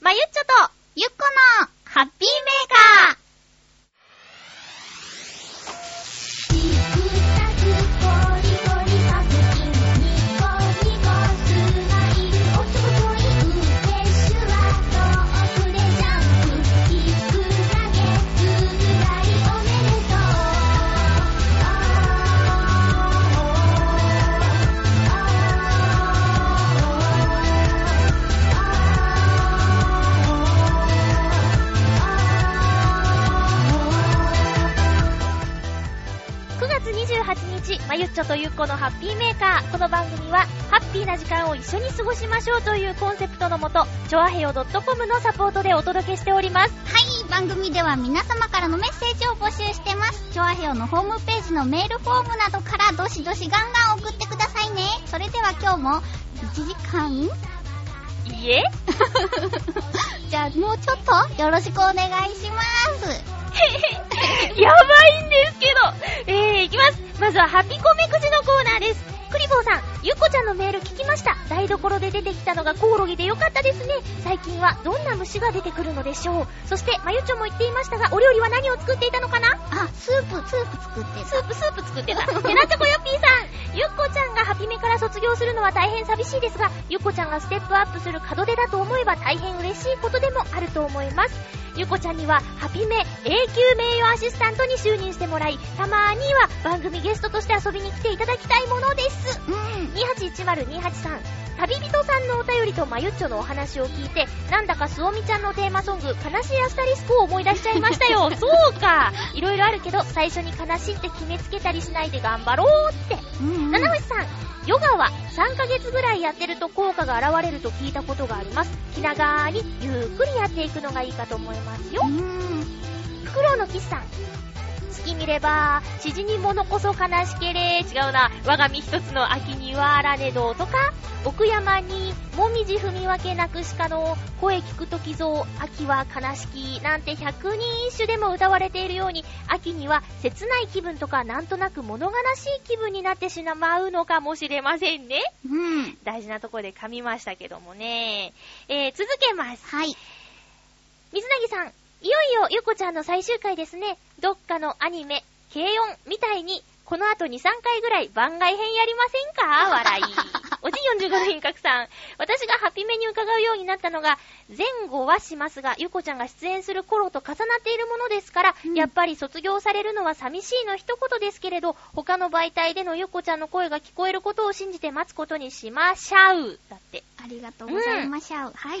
まゆっちょと、ゆっこの、ハッピーメーカー。 「ちくたくこりこりパクチン」「ニコニコスマイル」「おちょこちょいフレッシュはとおくれジャンプ」「きくだけつぶやいおめでとう」「あ9月28日、まゆっちょとゆっこのハッピーメーカー。この番組は、ハッピーな時間を一緒に過ごしましょうというコンセプトのもと、ちょあへよ .com のサポートでお届けしております。はい、番組では皆様からのメッセージを募集してます。チョアヘオのホームページのメールフォームなどからどしどしガンガン送ってくださいね。それでは今日も1時間い えじゃあもうちょっとよろしくお願いします。 やばいんですけど。えー、いきます。まずは、ハピコメくじのコーナーです。クリボーさん、ゆっこちゃんのメール聞きました。台所で出てきたのがコオロギでよかったですね。最近はどんな虫が出てくるのでしょう。そして、まゆちょも言っていましたが、お料理は何を作っていたのかなあ、スープ、スープ作ってスープスープ作ってた。 ヘナチョコヨッピーさん。ゆっこちゃんがハピメから卒業するのは大変寂しいですが、ゆっこちゃんがステップアップする門出だと思えば大変嬉しいことでもあると思います。ゆっこちゃんには、ハピメ永久名誉アシスタントに就任してもらい、たまには番組ゲストとして遊びに来ていただきたいものです。た。うん。 281028さん。旅人さんのお便りとまゆっちょのお話を聞いて、なんだかすおみちゃんのテーマソング、悲しいアスタリスクを思い出しちゃいました よ。そうか。いろいろあるけど、最初に悲しいって決めつけたりしないで頑張ろうって。うん、七星さん、ヨガは3ヶ月ぐらいやってると効果が現れると聞いたことがあります。気長にゆっくりやっていくのがいいかと思いますよう。ん。フクロウの岸さん。月見れば、詩人に物こそ悲しけれ。違うな。我が身一つの秋にはあらねどとか、奥山に、もみじ踏み分けなくしかの、声聞くときぞ、秋は悲しき、なんて百人一首でも歌われているように、秋には切ない気分とか、なんとなく物悲しい気分になってしまうのかもしれませんね。うん。大事なとこで噛みましたけどもね。えー、続けます。はい。水なぎさん、いよいよゆこちゃんの最終回ですね。どっかのアニメ、軽音みたいに、この後2、3回ぐらい番外編やりませんか笑い。おじ45の品格さん。私がハピメに伺うようになったのが、前後はしますが、ゆこちゃんが出演する頃と重なっているものですから、うんやっぱり卒業されるのは寂しいの一言ですけれど、他の媒体でのゆこちゃんの声が聞こえることを信じて待つことにしましゃう。だって。ありがとうございましょう。 はい。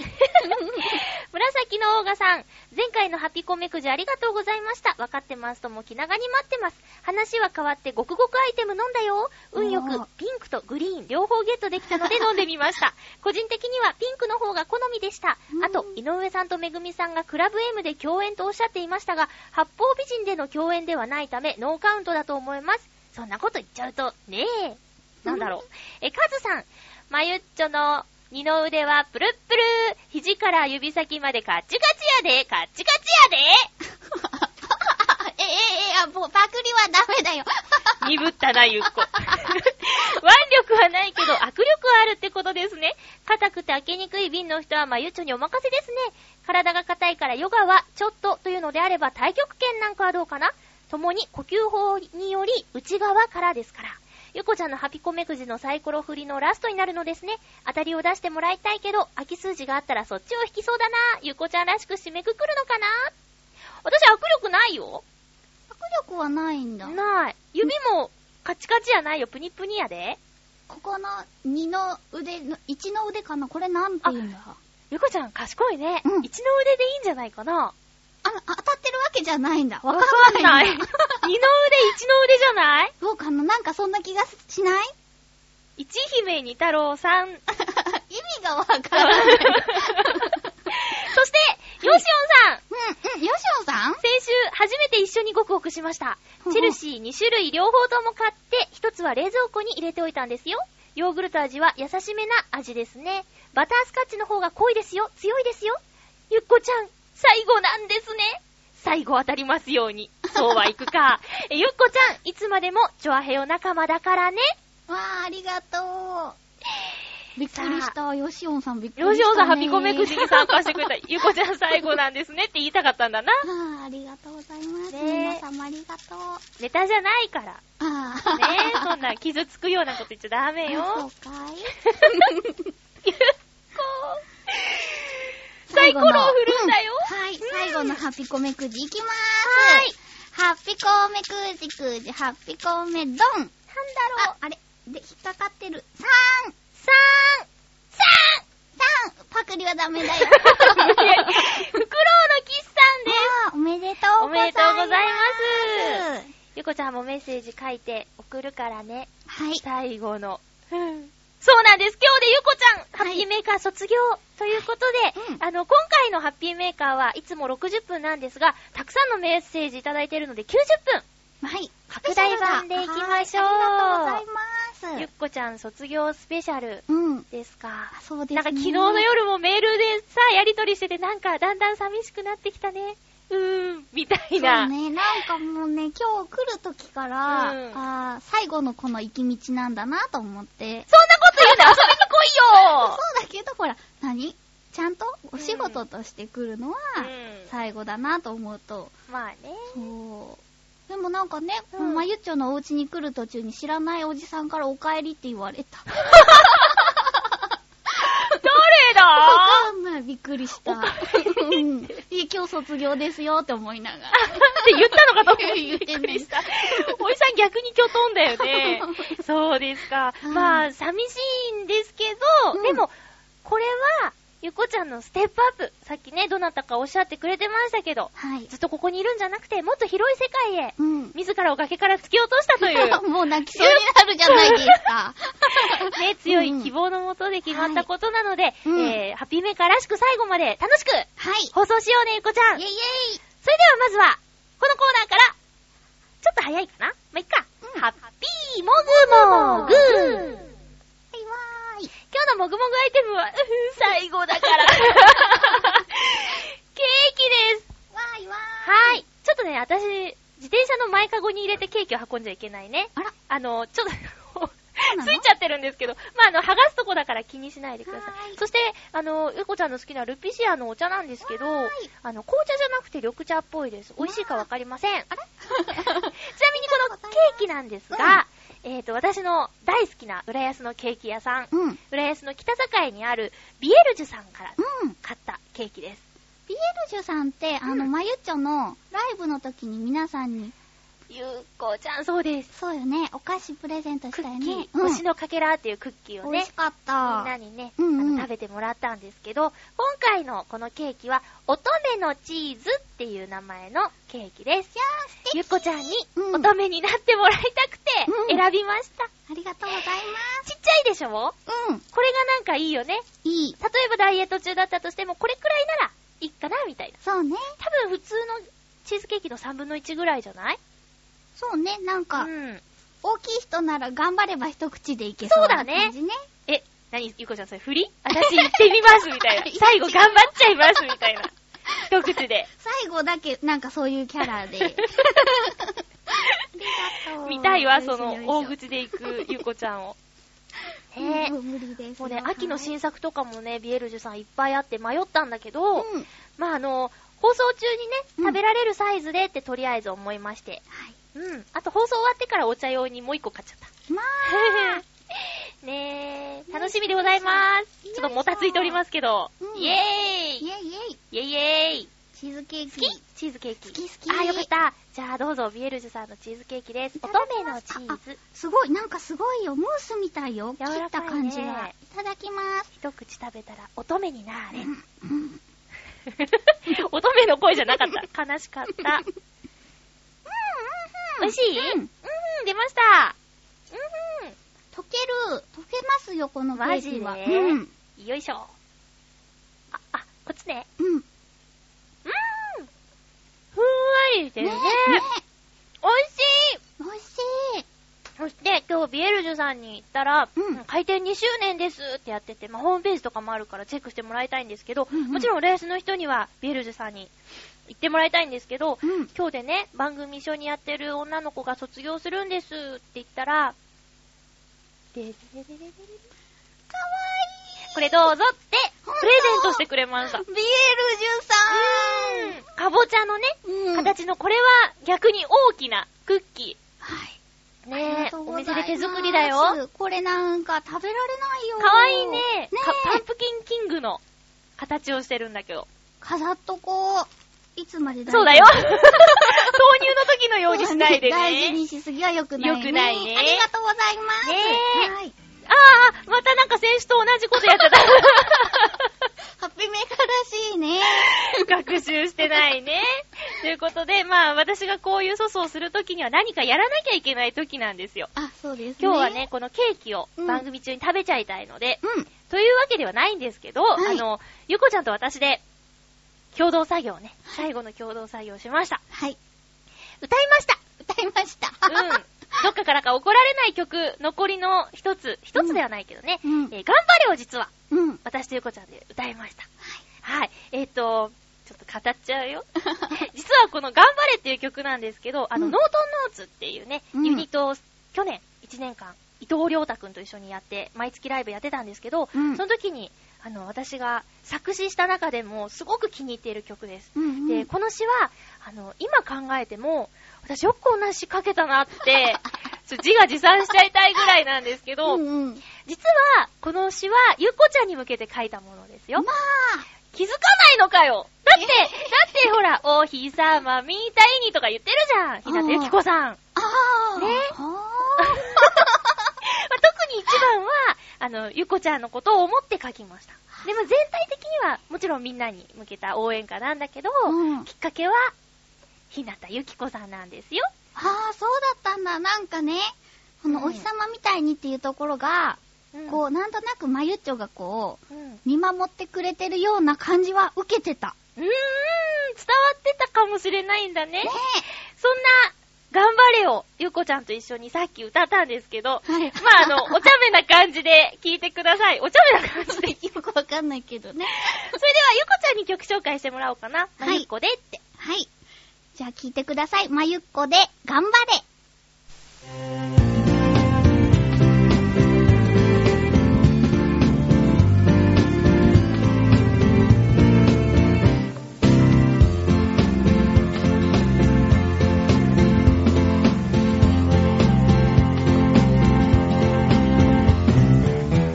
紫のオーガさん、前回のハピコメくじありがとうございました。わかってますとも気長に待ってます。話は変わってごくごくアイテム飲んだよ。運よおーくピンクとグリーン両方ゲットできたので飲んでみま した。個人的にはピンクの方が好みでしたう。んあと、井上さんとめぐみさんがクラブ M で共演とおっしゃっていましたが、八方美人での共演ではないためノーカウントだと思います。そんなこと言っちゃうと、ねえ。なんだろう。え、カズさん、まゆっちょの二の腕はプルップル肘から指先までカッチカチやでカッチカチえ、え、え、あ、もうパクリはダメだよ。やで 鈍ったな、ゆっこ。腕力はないけど、握力はあるってことですね。硬くて開けにくい瓶の人は、まゆっちょにお任せですね。体が硬いからヨガは、ちょっとというのであれば、太極拳なんかはどうかな共に呼吸法により、内側からですから。ゆこちゃんのハピコメくじのサイコロ振りのラストになるのですね。当たりを出してもらいたいけど、空き数字があったらそっちを引きそうだな。ゆこちゃんらしく締めくくるのかな私握力ないよ。 握力はないんだ。ない。指もカチカチやないよ。プニプニやで。ここの二の腕の、一の腕かなこれなんて言うんだあゆこちゃん賢いね。うん一の腕でいいんじゃないかな。ら、当たってるわけじゃないんだ。わかんわかんなないい。二の腕、一の腕じゃない どうかななんかそんな気がし ない一姫二太郎さん。意味がわからない。そ うん、して、ヨシオンさんうん、よしおさん先週、初めて一緒にごくごくしました。チェルシー2種類両方とも買って、一つは冷蔵庫に入れておいたんですよ。ヨーグルト味は優しめな味ですね。バタースカッチの方が濃いですよ。強いですよ。ゆっこちゃん、最後なんですね。最後当たりますように。そうはいく か。えゆっこちゃん、いつまでもチョアヘヨ仲間だからね。わー、ありがとう。びっくりした。ヨシオンさんびっくりした、ロね。ジオさん、ハピコメくじに参加してくれた。ゆこちゃん最後なんですねって言いたかったんだな。ああ、ありがとうございます。ねえ皆様ありがとう。ネタじゃないから。ねああ。え、そんな傷つくようなこと言っちゃダメあそよう。かい。 サイコロを振るんだよ。うんはい、最後のハピコメくじいきまーはいす。ハッピコメくじくじ、ハッピコメドン。なんだろう。あ、あれ、で、引っかかってる。さーん、さーん、さーん、さーん。パクリはダメだよ。 フクロウのキスさんです。わあおめでとうおござめいでとます。うございます。ゆこちゃんもメッセージ書いて送るからね。はい。最後の。そうなんです。今日でゆこちゃん、ハッはいピーメーカー卒業ということで、はいうんあの、今回のハッピーメーカーはいつも60分なんですが、たくさんのメッセージいただいているので90分。はい。拡大版でいきましょうはいありがとうございゆっます。こちゃん卒業スペシャルうん。ですか。あそうですね。なんか昨日の夜もメールでさ、やりとりしてて、なんかだんだん寂しくなってきたね。うーん、みたいそうな。ね、なんかもうね、今日来る時うから、んあー最後のこの行き道なんだなと思って。そんなこと言うな、遊びに来いよそうだけど、ほら、何ちゃんとお仕事として来るのは、うん最後だなと思うと。まあね。そう。でもなんかね、うんほんまゆっちょのお家に来る途中に知らないおじさんからお帰りって言われた。誰わだかんない。びっくりした。うん。いや今日卒業ですよって思いながっら。て言ったのかと思って言ってびねっくりした。おじさん逆にきょとんだよ ね。そうですか。うんまあ、寂しいんですけど、うんでも、これは、ゆっこちゃんのステップアップ。さっきね、どなたかおっしゃってくれてましたけど、 はいず。っとここにいるんじゃなくて、もっと広い世界へ、うん。自らを崖から突き落としたと いう、もう泣きそうになるじゃないです か。ね、強い希望のもとで決まったことなので、うんえー、ハッピーメーカーらしく最後まで楽しくはい。放送しようね、ゆっこちゃん。イェイイェイそれではまずは、このコーナーから、ちょっと早いかなまあ、いっか。うんハッピーもぐもぐもぐもぐはいわー今日い。のもぐもぐアイテムは、うふ最後だ から。ケーキです。わーいわーい。はい。ちょっとね、私、自転車の前かごに入れてケーキを運んじゃいけないね。あら、あの、ちょっとうな、つのいちゃってるんですけど、まあ、あの、剥がすとこだから気にしないでくださ。はいーいそして、あの、ゆこちゃんの好きなルピシアのお茶なんですけどわーい、あの、紅茶じゃなくて緑茶っぽいです。美味しいかわかりません。あれ ちなみにこのケーキなんですが、えっ、と、私の大好きな浦安のケーキ屋さん、うん。うん。浦安の北境にあるビエルジュさんから買ったケーキです。ビエルジュさんって、あの、うんまゆっちょのライブの時に皆さんに、ゆうこちゃん、そうです。そうよね、お菓子プレゼントしクたよッキーね、。うん。星のかけらっていうクッキーをね美味し、かっみた。んなにね、うんうんあの食べてもらったんですけど、今回のこのケーキは、乙女のチーズっていう名前のケーキです。いやー、素敵ゆっこちゃんにうん乙女になってもらいたくてうん選びました。ありがとうござちいっちゃいでしょます。うん。これがなんかいいよね。いい。例えばダイエット中だったとしても、これくらいならいいかな、みたいな。そうね。多分普通のチーズケーキの3分の1ぐらいじゃないそうね。なんうか、ん。大きい人なら頑張れば一口でいけそうな感じね。え、何ゆうこちゃんそれ振り私行ってみます、みたいな いや。最後頑張っちゃいます、みたいな。一口で。最後だけ、なんかそういうキャラ で。ありがとう。見たいわ、そよのいしょよいしょ大口で行くゆうこちゃんを。ねえ うん無理です。もうね、秋のー新作とかもね、ビエルジュさんいっぱいあって迷ったんだけど、うん。はい。まああの、放送中にね、うん食べられるサイズでってとりあえず思いまして。うん。あと放送終わってからお茶用にもう一個買っちゃった。まあ、 ねえ、楽しみでございます。ちょっともたついておりますけど。うんイエーイイェイイェイ。イエイイエーイチーズケー好キ。きチーズケーキ。好き好きあ、よかった。じゃあどうぞ、ビエルジュさんのチーズケーキです。いた乙だき女まのすチーズ。すごい、なんかすごいよ。ムースみたいよ。切柔らかいねった感じが。いただきます。一口食べたら乙女になれ。うん 乙女の声じゃなかった。 悲しかった。美味しいうんうん、出ました。うん溶ける。溶けますよ、このケーキは。マジでうん。うん。よいしょ。あ、あ、こっちね。うん。うん。ふんわりしてるね。美味しい美味しい。そして、今日、ビエルジュさんに行ったら、うん開店2周年ですってやってて、まあ、ホームページとかもあるからチェックしてもらいたいんですけど、うんうんもちろん、レースの人には、ビエルジュさんに行ってもらいたいんですけど、うん。今日でね、番組一緒にやってる女の子が卒業するんですって言ったら、ででででででかわいこれどうぞって、プレゼントしてくれました。うビエルジュん。かぼちゃのね、さんうん。形のこれは逆に大きなクッキはい。ー。ありねがえ、とうごおざい店ますで手作りだよ。。これなんか食べられないよ。かわいいねねかパンえ。プキンキングの形をしてるんだけど。飾っとこう。いつまで大事そうだよ。豆乳の時のようにしないでね。大事にしすぎは良くないね。良くないねありがとうございます。ねえはい。ああ、またなんか選手と同じことやってた。ハッピーメーカーらしいね。 学習してないね。ということで、まあ私がこういう粗相をするときには何かやらなきゃいけないときなんですよ。あ、そうですね。今日はね、。このケーキをうん番組中に食べちゃいたいので、うん。というわけではないんですけど、はいあの、ゆこちゃんと私で、共同作業をね、最後の共同作業をしました。はい。歌いました歌いました。うん。どっかからか怒られない曲、残りの一つ、一つではないけどね、うんえー頑張れを実は、うん。私とゆこちゃんで歌いました。はい。えっ、と、ちょっと語っちゃう よ。実はこの頑張れっていう曲なんですけど、あの、うんノートンノーツっていうね、うんユニットを去年1年間、伊藤良太くんと一緒にやって、毎月ライブやってたんですけど、うんその時に、あの、私が作詞した中でもすごく気に入っている曲です。うんうんで、この詩は、あの、今考えても、私よくこんな詩書けたな って、ちょっと自画自賛しちゃいたいぐらいなんですけど、うんうん。実は、この詩は、ゆっこちゃんに向けて書いたものですよ。まあ、気づかないのかよだって、だってほら、お日様みたいにとか言ってるじゃん。日向ゆき子さん。まあああ。ねは あ。特に一番は、あの、ゆっこちゃんのことを思って書きました。でも全体的には、もちろんみんなに向けた応援歌なんだけど、うんきっかけは、日向ゆき子さんなんですよ。ああ、そうだったんだ。なんかね、このお日様みたいにっていうところが、こう、なんとなくまゆっちょがこうん。うん。うう、見守ってくれてるような感じは受けてた。ーん、伝わってたかもしれないんだね。ねそんな、頑張れを、ゆっこちゃんと一緒にさっき歌ったんですけど、え。はい。まあ、あの、お茶目な感じで聞いてください。お茶目な感じで。 よくわかんないけどね。それでは、ゆこちゃんに曲紹介してもらおうかな。まあはいゆっこでって。はい。じゃあ聞いてください。まゆっこで、頑張れ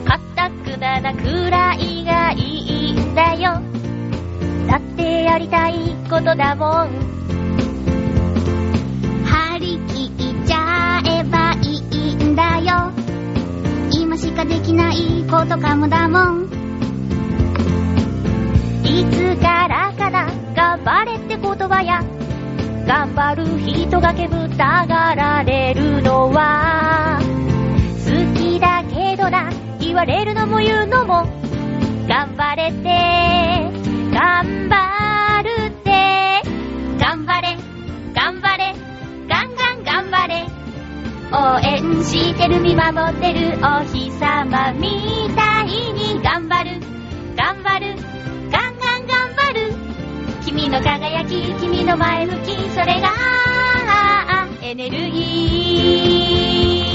かったくだなくらいがいいんだよ。だってやりたいことだもん。張り切っちゃえばいいんだよ今しかできないことかもだもんいつからかな、頑張れって言葉や、頑張る人がけぶたがられるのは、好きだけどな、言われるのも言うのも、頑張れって、頑張るって、頑張れ、頑張れ、ガンガン頑張れ、応援してる見守ってるお日様みたいに頑張る、頑張る、ガンガン頑張る、君の輝き、君の前向き、それが、エネルギー。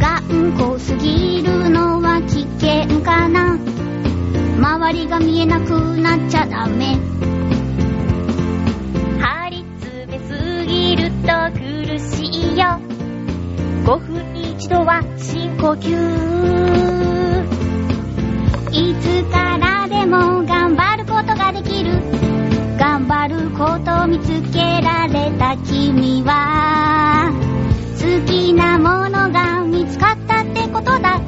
頑固すぎるのは危険かな周りが見えなくなっちゃダメ張り詰めすぎると苦しいよ5分に一度は深呼吸いつからでも頑張ることができる頑張ることを見つけられた君は好きなものが見つかったってことだ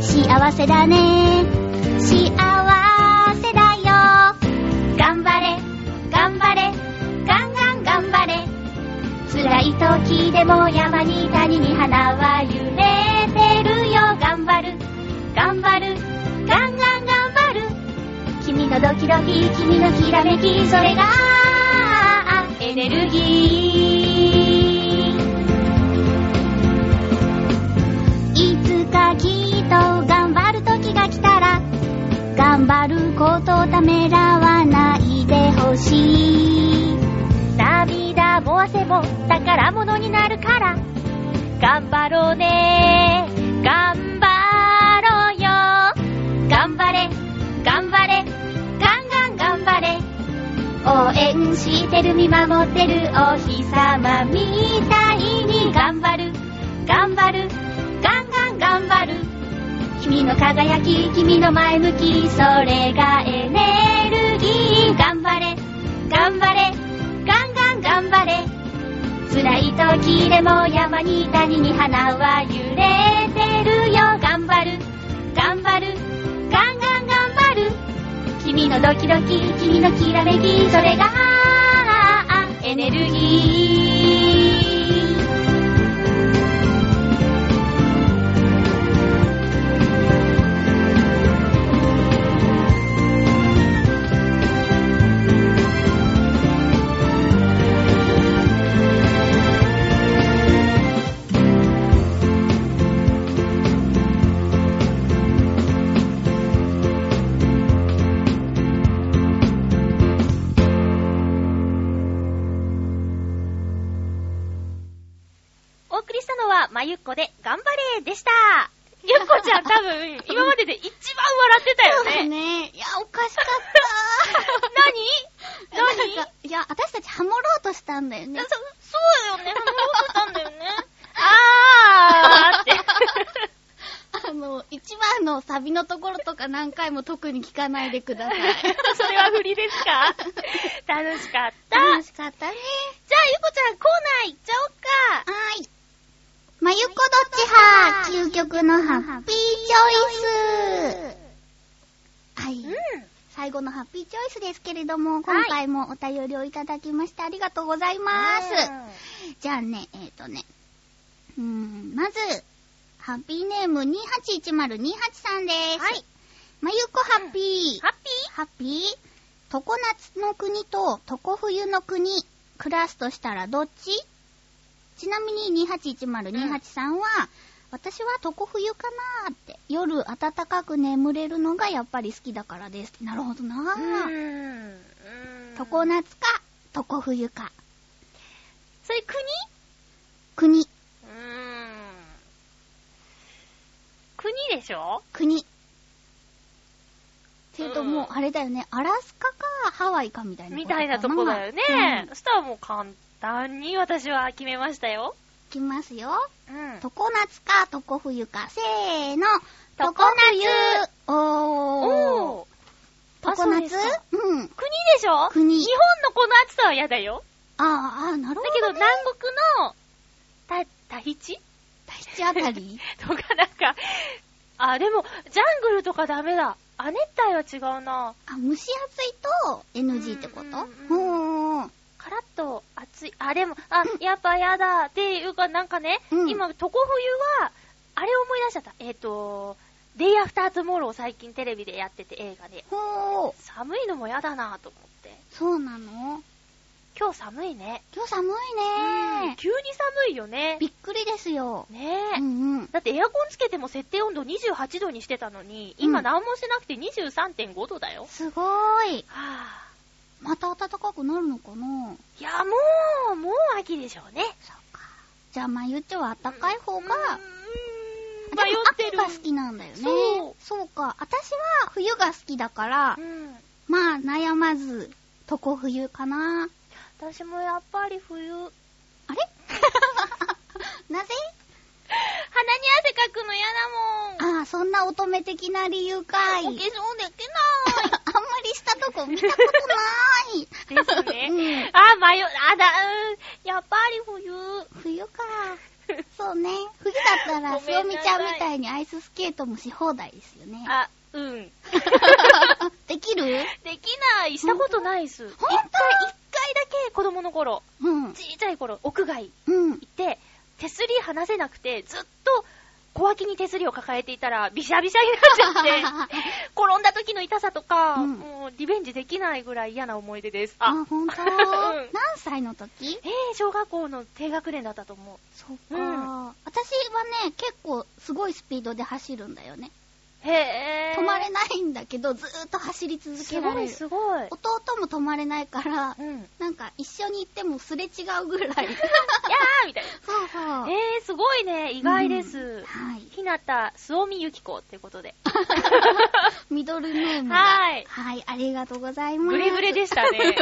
幸せだね幸せだよ頑張れ頑張れガンガン頑張れ辛い時でも山に谷に花は揺れてるよ頑張る頑張るガンガン頑張る君のドキドキ君のきらめきそれがエネルギーいつかきっと頑張る時が来たら頑張ることをためらわないでほしい涙も汗も宝物ものになるから頑張ろうね頑張ろうよ頑張れ頑張れガンガン頑張れ応援してる見守ってるお日様みたいに頑張る頑張るガンガン頑張る君の輝き君の前向きそれがエネルギー頑張れ頑張れガンガン頑張れ辛い時でも山に谷に花は揺れてるよ頑張る頑張るガンガン頑張る君のドキドキ君のきらめきそれがエネルギーお送りしたのは、まゆっこで、頑張れでした。ゆっこちゃん多分、今までで一番笑ってたよそうね。ね。いや、おかしか った。何何なんかいや、私たちハモろうとしたんだよね。そそうだよね。ハモろうとしたんだよね。あーって。あの、一番のサビのところとか何回も特に聞かないでくださ い。それは振りですか楽しかった。じゃあ、ゆ楽うしかったこちゃんコーナーね。行っちゃおっか。はーい。まゆこどっち派究極のハッピーチョイスはうい。ん。最後のハッピーチョイスですけれども、今回もお便りをいただきましてありがとうございます。じゃあね、えっ、とね。うーん、まず、ハッピーネーム281028さんです。はい。まゆこハッピー。ハッピハッピー常夏の国と常冬の国、クラスとしたらどっちちなみに281028 3は、私は常冬かなーって、夜暖かく眠れるのがやっぱり好きだからです。なるほどーなうーー。ん。常夏か、常冬か。それ国国、うーん。国でしょ国。っていうともうう、んあれだよね、アラスカかハワイかみたいなみたいなとこだよね。うんそしたらもう簡単に私は決めましたよ。いきますよ。うん。常夏か、常冬か。せーの。常夏おー。おー。あ常そうで夏すかうん。国でしょ国日本のこの暑さは嫌だよ。あーあー、なるだほけどど、ね。南国の、た、タヒチ大地あたり とかなんか、あ、でも、ジャングルとかダメだ。亜熱帯は違うな。あ、蒸し暑いと NG ってことううんうんんうん。カラッと暑い。あ、でも、 あ、やっぱやだ。っていうか、なんかね、うん今、常冬は、あれ思い出しちゃった。えっ、と、デイアフタートゥモローを最近テレビでやってて映画で。ほー。寒いのもやだなと思って。そうなの今日寒いね。今日寒いうんね急に寒いよね。びっくりですよ。ねえ、うんうん。だってエアコンつけても設定温度28度にしてたのに、今うん何もしてなくて23.5度だよ。すごーい。はぁ、また暖かくなるのかないや、もう、もう秋でしょうね。そっか。じゃあ、まゆっちょは暖かい方が、うーん迷ってでる。も秋が好きなんだよね。そうそうか。私は冬が好きだからう、ん。まあ悩まず、とこ冬かな。私もやっぱり冬。鼻にあれなぜ汗かくの嫌だもん。ああ、そんな乙女的な理由かい。お化粧あんま できりしたとこ見たことない。ですない。ね。うん。あ、迷う。あ、だ、うん。やっぱり冬。冬か。そうね。冬だったら、ごすめおんみなさいちゃんみたいにアイススケートもし放題ですよね。あ、うん。できるできない。したことないっす。一当回、一回だけ子供の頃、うん。ちいちゃい頃、屋外うん行。って、手すり離せなくて、ずっと小脇に手すりを抱えていたら、びしゃびしゃになっちゃ って、転んだ時の痛さとか、うんもうリベンジできないぐらい嫌な思い出です。あ、あ、ほんとうん何歳の時えー、小学校の低学年だったと思う。そううか、ん私はね、結構すごいスピードで走るんだよね。えへぇー。止まれないんだけど、ずーっと走り続けすらごれいる。すごい。弟も止まれないから、うん。 やなんか一緒に行ってもすれ違うぐ らい。ーみたいな。そうそう。えー、すごいね。意外です。はい。ひなた、すおみゆきこってことで。ミドルネームが。はいはい、ありがとうございます。グレグレでした ね。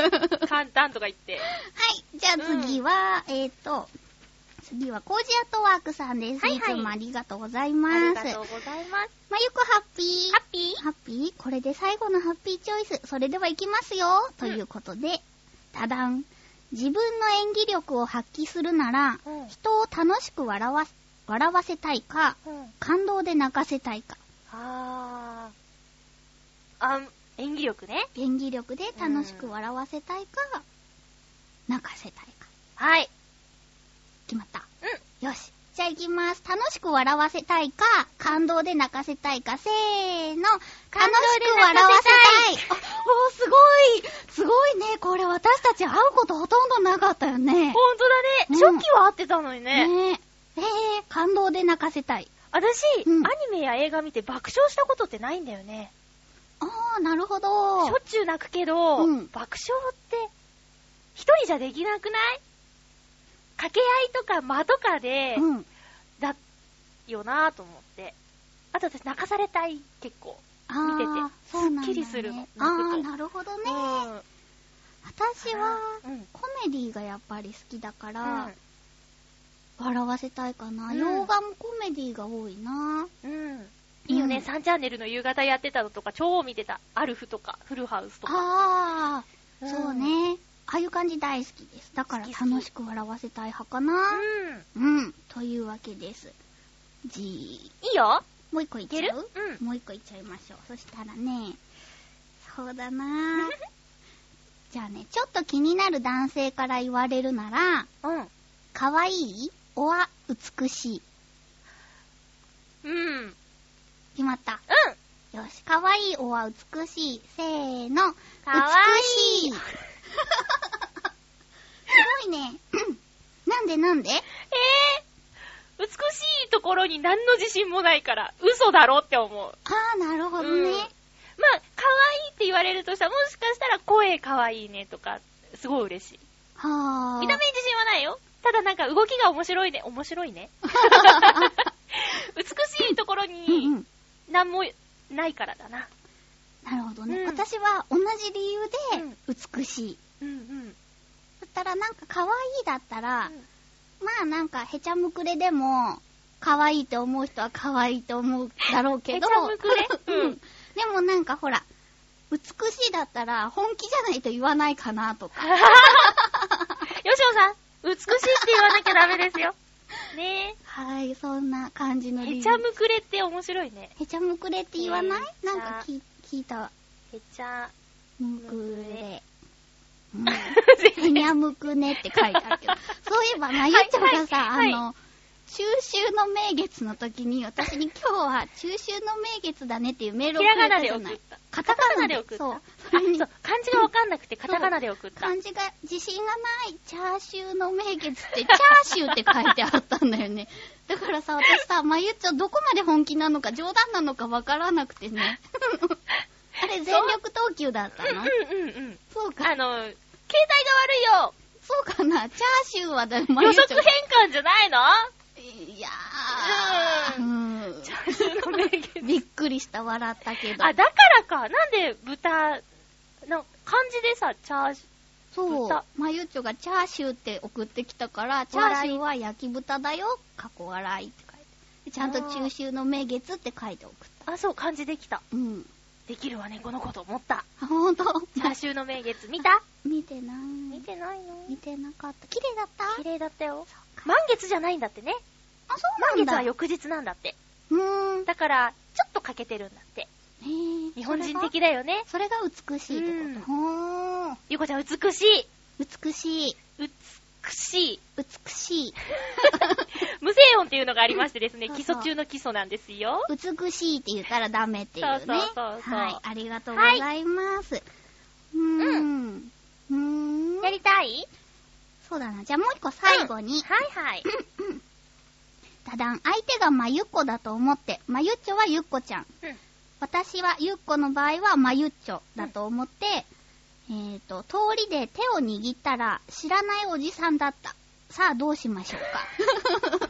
簡単とか言って。はい、じゃあ次は、えっ、と、次はコージアットワークさんです。はいいはいつもありがとうございあます。りがとうございます。まゆこハッピー。ハッピーハッピーこれで最後のハッピーチョイス。それではいきますよ。ということで、ただん。自分の演技力を発揮するなら、うん人を楽しく笑わ、笑わせたいか、うん。感動で泣かせたいか、あー。あん、演技力ね。演技力で楽しく笑わせたいか、泣かせたいか。はい。決まった。うん。よし。じゃあ行きます。楽しく笑わせたいか、感動で泣かせたいか、せーの。楽しく笑わせたい。あおー、すごい。すごいね。これ私たち会うことほとんどなかったよね。ほんとだね。うん初期は合ってたのにね。ねえ。えー、感動で泣かせたい。私、うんアニメや映画見て爆笑したことってないんだよね。あー、なるほしど。ょっちゅう泣くけど、うん爆笑って、一人じゃできなくない掛け合いとか間とかで、うん。だよなぁと思って。あと私泣かされたい、結構。あ見ててー、そうなんだ、ね。すっきりするのあ泣くー、となるほどね。うん私は、うんコメディがやっぱり好きだから、う笑わせたいかな。うん洋画もコメディが多いな。ん。うん。いいよね、うん3チャンネルの夕方やってたのとか、超見てた。アルフとか、フルハウスとか。ああ、うんそうね。ああいう感じ大好きです。だから好き好き楽しく笑わせたい派かな。うん。うん。というわけです。じいいよー。もう一個いっいけちるゃううん。もう一個いっちゃいましょう。そしたらね、そう だなじゃあね、ちょっと気になる男性から言われるなら、うん。可愛いおは美しい。うん。うん。決まった。よし、可愛いおは美しい。せーの。かわい美しいい。すごいね。 なんでなんでえぇ、美しいところに何の自信もないから、嘘だろって思う。ああ、なるほどね。うんまあ、可愛いって言われるとしたら、もしかしたら声可愛いねとか、すごい嬉しい。はあ。見た目に自信はないよ。ただなんか動きが面白いね。面白い ね。美しいところうんうにん。何もないからだな。なるほどね。うん私は同じ理由うんで、美しい。うんうん。 だったらなんか可愛いだったら、まあなんかへちゃむくれでも、可愛いって思う人は可愛いって思うだろうけど。へちゃむくれううんん。 でもなんかほら、美しいだったら本気じゃないと言わないかなとか。よしおさん、美しいって言わなきゃダメですよ。ねはい、そんな感じのえ。理由。へちゃむくれって面白いね。へちゃむくれって言わないへちなゃんか聞聞いた。へち ゃ、むくれ。うん全へ にゃむくねって書いてあ るけど。そういえば、まゆちゃんがさ、はいはいあの、中秋の名月の時に、私に今日は中秋の名月だねっていうメールをひくられがなたじでゃ送なっい。た。カタカタカカナナでで送送っ。ったたそう。あ、そう、漢字がわかんなくてカタカナで送った。漢字が自信がない、チャーシューの名月って、チャーシューって書いてあったんだよね。だからさ、私さ、まゆっちょどこまで本気なのか冗談なのかわからなくてね。 あれ、全力投球だったのうんうんうんうん。そうかあ。の、携帯が悪そうかな。チャーシューはだまいよゆ予っちょ測変換じゃない のいやー。うんチャーシューの名言びっくりした、笑ったけど。あ、だからか。なんで豚、の漢字でさ、チャーシそう豚。まゆっちょがチャーシューって送ってきたから、チャーシューは焼き豚だよ。過去笑いって書いて。ちゃんと中秋の名月って書いて送っュー、あ、そう、漢字できた。た。うん。できるわね、この子と思った。あ、ほんとチャーシューの名月、見た見てない。見見ててないのなかった。綺麗だった綺麗だったよ。満月じゃないんだってね。あ、そうな満ん月だ。は翌日なんだって。うーん。だから、ちょっと欠けてるんだって。へー日本人的だよね。それがそれが美しいってこと。ほーん。ゆこちゃん、美しい。美しい。美し い。美しい。無声音っていうのがありましてですね、そう基そう礎中の基礎なんですよ。美しいって言ったらダメっていうね。そうそうそうそうはい。ありがとうございます。うーん。うーん。やりたいそうだな。じゃあもう一個最後に。はいはい。ただん、相手がまゆっこだと思って、まゆっちょはゆっこちゃん。うん私は、ゆっこの場合は、まゆっちょだと思って、えっ、と、通りで手を握ったら、知らないおじさんだった。さあ、どうしましょう か。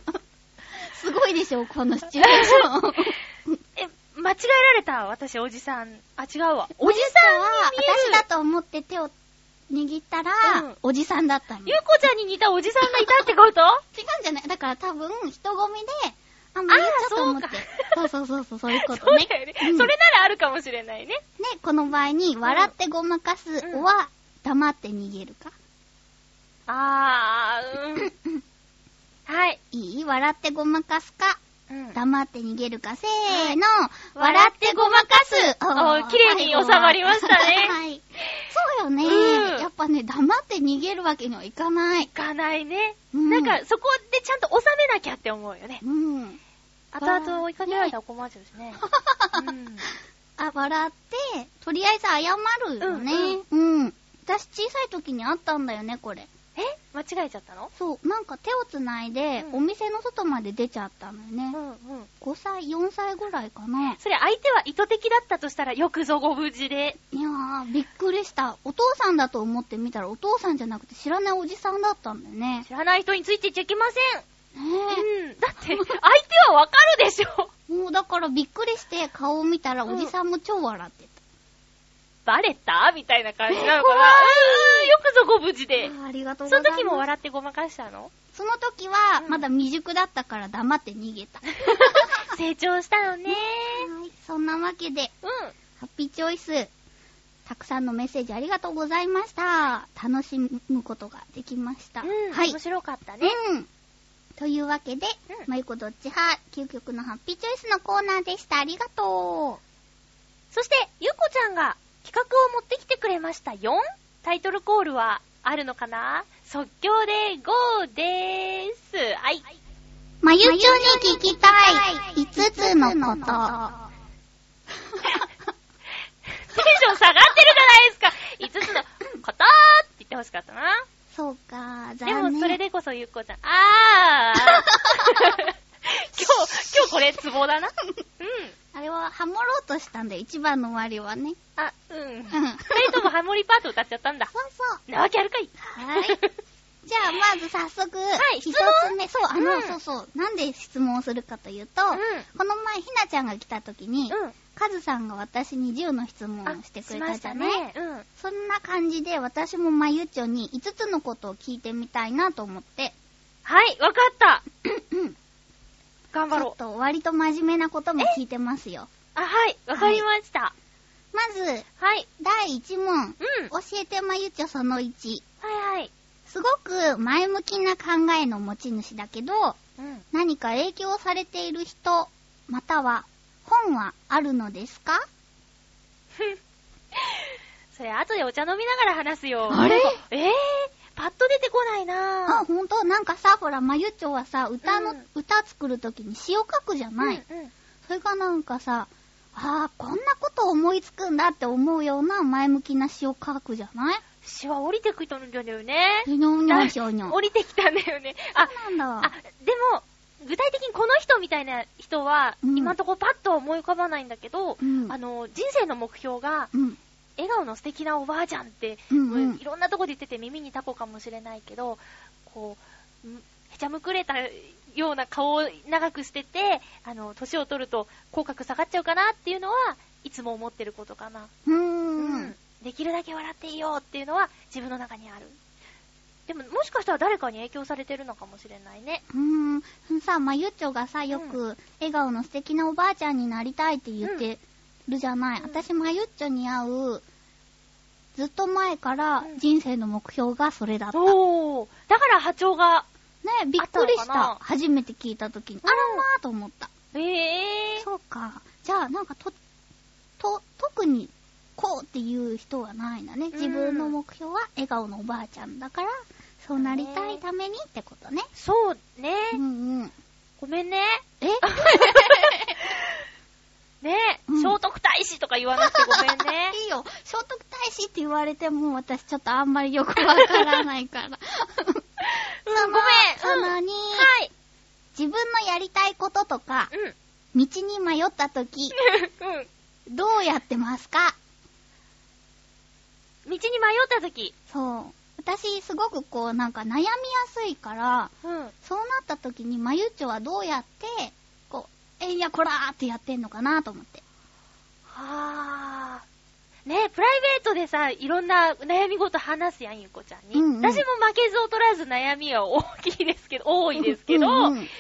すごいでしょ、このシチュエーション。え、間違えられた私、おじさん。あ、違うわ。おじさんは、私見えだると思って手を握ったら、うんおじさんだったの。違ゆうこちゃんに似たおじさんがいたってことうんじゃないだから多分、人混みで、あ、まゆっちょと思ってあー。そうそうそうそう、そういうこ とそうね。だよね。うんそれならあるかもしれないね。ね、この場合に、笑ってごまかすうんは、黙って逃げるか。あー、うん。 はい。いい笑ってごまかすか、うん黙って逃げるか。せーの、笑ってごまかすあーおー綺麗に収まりましたね はい。そうよね、うんやっぱね、黙って逃げるわけにはいかない。いかないね。うんなんか、そこでちゃんと収めなきゃって思うよね。うん。後々追いかけられたら困っちゃうしね。うんあ、笑って、とりあえず謝るよね。うん、うん私小さい時にあったんだよね、これ。え間違えちゃったのそう、なんか手をつないで、うんお店の外まで出ちゃったのよね。うんうん。 5歳、4歳ぐらいかな。それ相手は意図的だったとしたらよくぞご無事で。いやー、びっくりした。お父さんだと思ってみたら、お父さんじゃなくて知らないおじさんだったんだよね。ね知らない人についていっちゃいけません。え。うん。だって、相手はわかるでしょ。もうだからびっくりして顔を見たらおじさんも超笑ってバレたみたいな感じなのかな。怖いうんよくぞご無事で。た。ありがとそうごのざいます。時も笑ってごまかしたのその時はうんまだ未熟だったから黙って逃げた。成長したよね。はい、そんなわけで、うん。ハッピーチョイス。たくさんのメッセージありがとうございました。楽しむことができました。うん。はい。面白かったね。うん。というわけで、うんまゆこどっち派、究極のハッピーチョイスのコーナーでした。ありがとそして、ゆうこちゃんが企画を持ってきてくれましたよんタイトルコールはあるのかな即興で GO でーす。はい。う。まゆちょに聞きたい、5つのこと。テンション下がってるじゃないですか。5つのことって言ってほしかったな。そうか、で残念。も、それでこそゆうこちゃん。あ ー。今日、今日これツボだな。うん。あれはハモろうとしたんだよ、一番の終わりはね。あ、うん。うん。 そう二人ともハモリパート歌っちゃったんだ。そう。なわけあるかい。はい じゃあ、まず早速、い質一つ目、そう、あの、うんそうそう、なんで質問をするかというと、うこの前、ひなちゃんが来た時に、うん。カズさんが私に10の質問をしてくれたじゃない、しましたね。そんな感じで、私もまゆちょに5つのことを聞いてみたいなと思って、はい、わかった。頑ち張ょろっう。と割と真面目なことも聞いてますよ。あ、はい、わかりました。まず、はい。第1問、うん。教えてまゆちょその1。はいはい。すごく前向きな考えの持ち主だけど、うん。何か影響されている人、または本はあるのですかそれ、後でお茶飲みながら話すよ。あれなんかえぇ、パッと出てこないなあ、ぁ。ほんとなんかさ、ほら、まゆちょはさ、歌の、うん歌作るときに詩を書くじゃない、うんうん。それがなんかさ、ああ、こんなこと思いつくんだって思うような前向きな詩を書くじゃないシワ降りてくるんだよね。にょんにょんしょにょん。降りてきたんだよね。あ、そうなんあだ。、でも、具体的にこの人みたいな人は、うん今んとこパッとは思い浮かばないんだけど、うんあの、人生の目標が、うん。笑顔の素敵なおばあちゃんって、うんうんいろんなとこで言ってて耳にタコかもしれないけど、こう、んへちゃむくれたような顔を長くしてて、あの、年を取ると口角下がっちゃうかなっていうのは、いつも思ってることかな。うー。うんできるだけ笑っていいよっていうのは自分の中にある。でも、もしかしたら誰かに影響されてるのかもしれないね。うーん。さ、まゆちょがさ、よく、笑顔の素敵なおばあちゃんになりたいって言ってるじゃない。うん私、まゆっちょに会う、ずっと前からうん人生の目標がそれだった。ねおー。だから波長が、びっくりしあったのかたな。初めて聞いた時に。うあんらまーと思った。ええー。そうか。じゃあ、なんかと、と、特に、こうっていう人はないんだね。ん自分の目標は笑顔のおばあちゃんだから、そうなりたいためにってことね。そうね。うんうん。ごめんね。え ねえ、うん聖徳太子とか言わなくて ご 。めんねいいよ。聖徳太子って言われても私ちょっとあんまりよくわからな いから。うん、そごのめん。そうん、のに、はい。自分のやりたいこととか、うん。道に迷った時、うん。どうやってますか道に迷った時。そう。私、すごくこう、なんか悩みやすいから、うん。そうなった時に、まゆっちょはどうやって、こう、えいやこらーってやってんのかなと思って。はぁ。ねえ、プライベートでさ、いろんな悩み事話すやん、ゆうこちゃんに。うんうん私も負けず劣らず悩みは大きいです けど、多いですけど、うんうん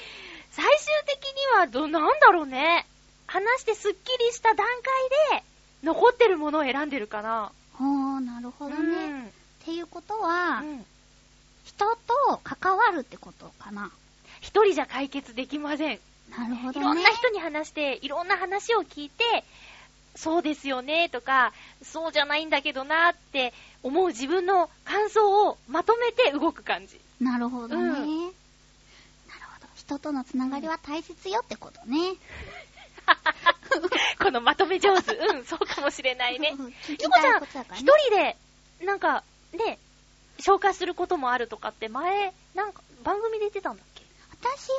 最終的にはど、なんだろうね。話してスッキリした段階で、残ってるものを選んでるかな。ほー、なるほどね。っん。ていうことは、うん人と関わるってことかな。一人じゃ解決できません。なるほいどね。ろんな人に話して、いろんな話を聞いて、そうですよねとか、そうじゃないんだけどなって思う自分の感想をまとめて動く感 じ。なるほどね。うんなるほど。人とのつながりは大切よってことね。このまとめ上手。うん、そうかもしれないね。聞きゆこちたゃいんことだから一ね。人で、なんか、ね、紹介することもあるとかって前、なんか番組で言ってたんだっけ私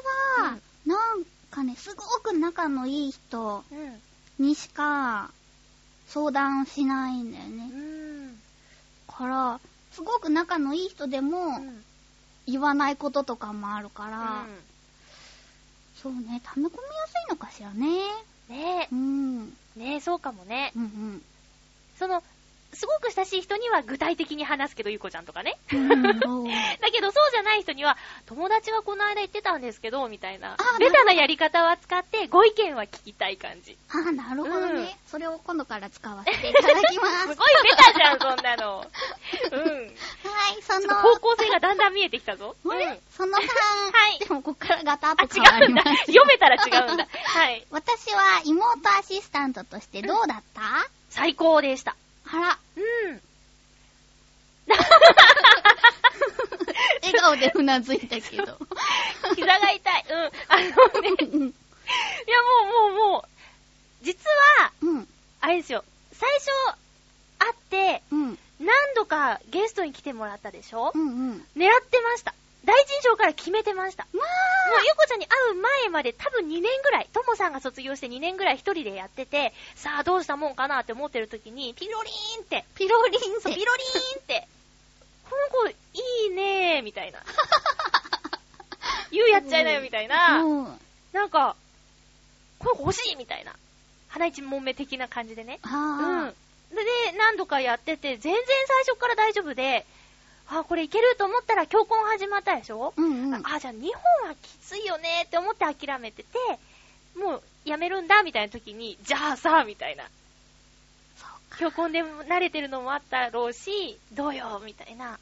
は、なんかね、すごく仲のいい人うん。にしか相談しないんだようね。ん。から、すごく仲のいい人でもうん言わないこととかもあるから、そうね、溜め込みやすいのかしらね。ねうん。うんえ、ねえ、そうかもね。 うん。その、すごく親しい人には具体的に話すけど、ゆこちゃんとかね。うん、どうだけど、そうじゃない人には、友達がこの間言ってたんですけど、みたいなあ。ベタなやり方は使って、ご意見は聞きたい感じ。あー、なるほどね、うんそれを今度から使わせていただきますごい す。ベタじゃん、そんなの。うん。はい、そちょっの、と方向性がだんだん見えてきたぞ。うん。 ああ、れ違その3、はいでもこっからガタッと変わうりんまだ。す。読めたら違 うんだ。はい。私は妹アシスタントとしてどうだった、最高でした。あら、うん。笑顔でうなずいたけど。膝が痛い。うん。あのね、いうやんもうもうもう、実は、うん、あれですよ、最初、会って、うん、何度かゲストに来てもらったでしょうん、うん。狙ってました。第一印象から決めてました。もまう、ゆこちゃんに会う前まで多分2年ぐらい、ともさんが卒業して2年ぐらい一人でやってて、さあどうしたもんかなって思ってる時に、ピロリーンって、ピロリンそう、ピロリーンって、この子いいねー、みた いな。ゆうやっちゃいなよ、みたいな。うん。あなんか、この子欲しいみたいな。花一もめ的な感じでね。うんあ。で、で何度かやってて、全然最初から大丈夫で、あ、これいけると思ったら強婚始まったでしょ、ー。うん、うん。あ、じゃあ2本はきついよねって思って諦めてて、もうやめるんだみたいな時に、じゃあさ、みたいな。強婚で慣れてるのもあったろうし、どうよ、みたいな。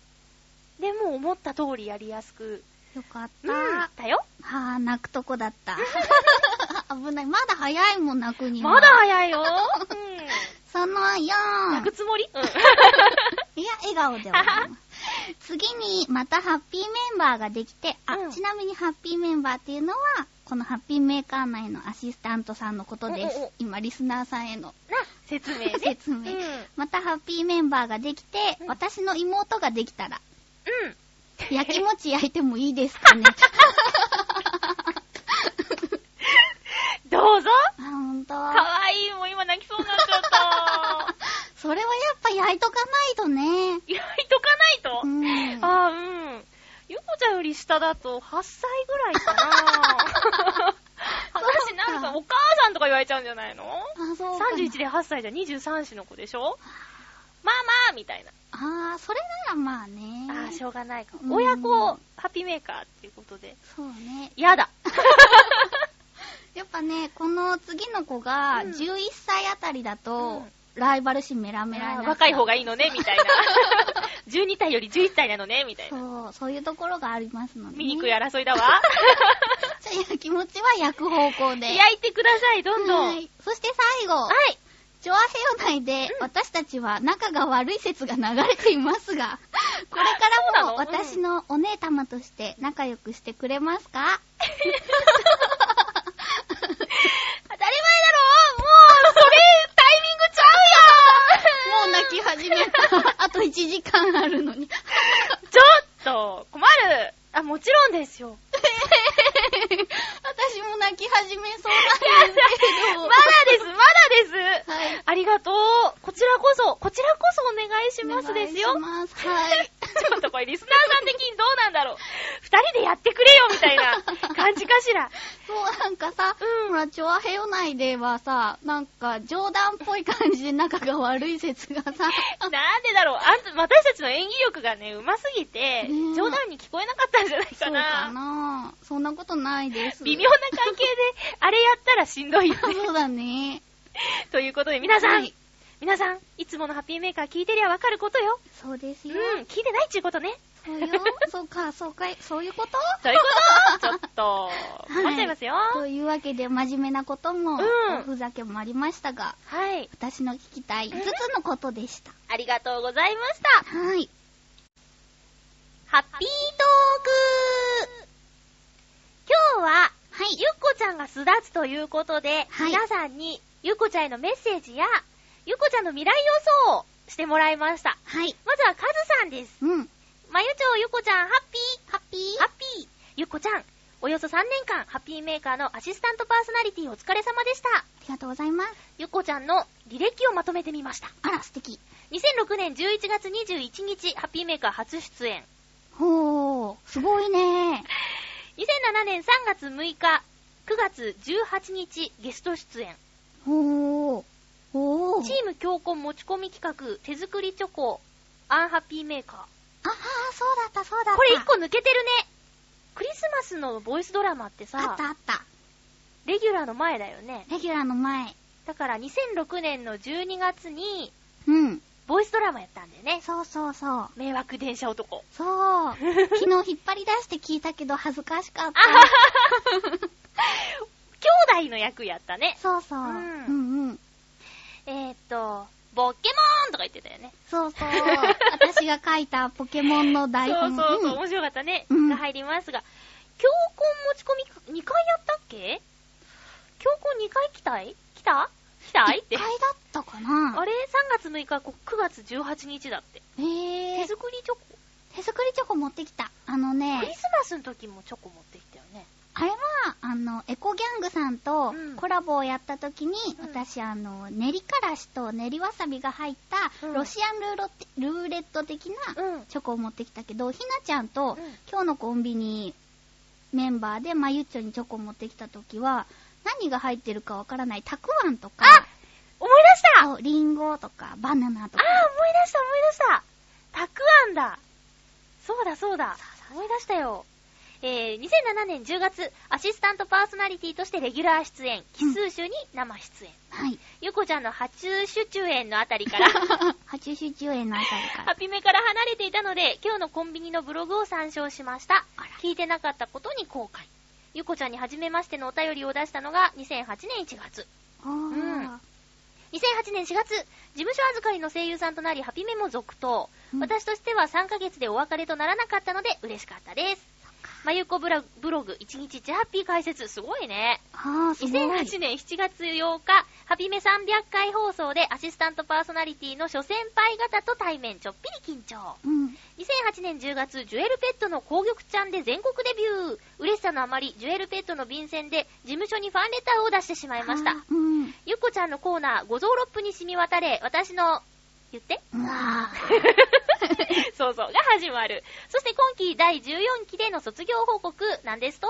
で、もう思った通りやりやすく、よかった。うんは、だよ。あ、泣くとこ だった。危ない。まだ早いもん、泣くには。まだ早い よ。そのうん。 4泣く。つもりうん。いや、笑顔ではない。次に、またハッピーメンバーができて、あ、うんちなみにハッピーメンバーっていうのは、このハッピーメーカー内のアシスタントさんのことです。うんうんうん今、リスナーさんへのな、説明ね。説明。うん。うん。またハッピーメンバーができて、うん私の妹ができたら、 焼きもち焼いてもいいですかね。どうぞあ、ほんと。かわいい、もう今泣きそうになっちゃった。 それはやっぱ焼いとかないとね。焼いとかうないん。と。ああ、うん。ゆこちゃんより下だと8歳ぐらいかな。 私なんかお母さんとか言われちゃうんじゃないのあ、そうかな。 ?31 で8歳じゃ23子の子でしょまあまあみたいな。ああ、それならまあね。ああ、しょうがないかう。ん親子ハッピーメーカーっていうことで。そうね。やだ。やっぱね、この次の子がうん11歳あたりだと、うんライバル心メラメラになっちゃう若い方がいいのね、みたいな。12体より11体なのね、みたいな。そう、そういうところがありますので、ね。醜い争いだわ。じゃあ気持ちは焼く方向で。焼いてください、どんどん。は。はいい。そして最後、ジョアヘオ内で私たちは仲が悪い説が流れていま すが、これからそもうなのうん私のお姉様として仲良くしてくれま すか当たり前だろもう、それ、タイミングちゃうやもうん泣き始めた。 あと1時間あるのに。 ちょっと、困る。あ、もちろんです よ。私も泣き始めそまうだなんですけど。 です、まだです。はいらこそ、こちらこそお願いしますですよ。お願いします はい。ちょっとこれリスナーさん的にどうなんだろう。二人でやってくれよみたい な感じかしら。そう、なんかさ、うんほら、チョアヘヨ内ではさ、なんか冗談っぽい感じで仲が悪い説 がさ、なんでだろう。あんた、私たちの演技力がね、上手すぎてねえ、冗談に聞こえなかったんじゃないかそうかな。なそんなことないです。微妙な関係で、あれやったらしんど いよね。 そうだね。ということで、皆さん、はい皆さん、いつものハッピーメーカー聞いてりゃわかることよ。そうですうんよ。、聞いてないっちゅうことね。そ うよ。そうか、そうかい、そういうことということちょっ と、困っちゃいますよ。というわけで、真面目なことも、うんおふざけもありましたが、はい。私の聞きたい5つのことでした。ありがとうございました。はい。ハッピートーク今日は、はい。ゆっこちゃんが巣立つということで、はい皆さんにゆっこちゃんへのメッセージや、ゆっこちゃんの未来予想をしてもらいました。はい。まずはカズさんです。うん。まゆちょうゆっこちゃん、ハッピーハッピーハッピーゆっこちゃん、およそ3年間、ハッピーメーカーのアシスタントパーソナリティお疲れ様でした。ありがとうございます。ゆっこちゃんの履歴をまとめてみました。あら、素敵。 2006年11月21日、ハッピーメーカー初出演。ほー、すごいね2007年3月6日、9月18日、ゲスト出演。ほー。ほー。チーム強婚持ち込み企画、手作りチョコ、アンハッピーメーカああ、そうだった、そうだー。った。これ1個抜けてるね。クリスマスのボイスドラマってあっさ、たあった。レギュラーの前だよね。レギュラーの前。だから2006年の12月に、うん。ボイスドラマやったんだよね。そうそうそう。迷惑電車男。そう。 昨日引っ張り出して聞いたけど恥ずかしかった。兄弟の役やったね。そうそう。ううんんうん。えー、っと、ボッケモーンとか言ってたよね。そ うそう。私が書いたポケモンの台そう本。そうそう、ん面白かったね。うんが入りますが、強婚持ち込み、2回やったっけ強婚2回来たい来た来たいっ一て回。だったかなあれ ?3 月6日、こ9月18日だって。へ手え。作りチョコ、手作りチョコ持ってきた。あのクリね、スマスの時もチョコ持ってきたよね。あれは、あの、エコギャングさんとうんコラボをやった時に、うん私、あの、練りからしと練りわさびが入った、うんロシアンルーロテルーレット的な、うん。チョコを持ってきたけど、ひなちゃんと、うん今日のコンビニメンバーでまゆっちょにチョコを持ってきたときは、何が入ってるかわからない、たくあんとか、あ思い出したあー、そうリンゴとか、バナナと思か。い出した思い出したたくあんだそうだそうだ思い出したよ。えー、2007年10月、アシスタントパーソナリティとしてレギュラー出演、奇数種に生出演。はい。ゆこちゃんの発注手中園のあたり から、 80円のあたりかハら。ピメから離れていたので、今日のコンビニのブログを参照しましたあら。聞いてなかったことに後悔。ゆこちゃんに初めましてのお便りを出したのが2008年1月。あー2008年4月、事務所預かりの声優さんとなり、ハピメも続投。うん私としては3ヶ月でお別れとならなかったので、嬉しかったです。まゆこブラブログ1日1ハッピー解説、すごいね。あー、すごい。 2008年7月8日、ハピメ300回放送でアシスタントパーソナリティの諸先輩方と対面ちょっぴり緊張。うん。 2008年10月、ジュエルペットの紅玉ちゃんで全国デビュー。嬉しさのあまり、ジュエルペットの便箋で事務所にファンレターを出してしまいましたあ。ーうん。ゆっこちゃんのコーナー、五臓六腑に染み渡れ、私の、言 ってうわそうそう、が始まる。そして今期第14期での卒業報告なんですと、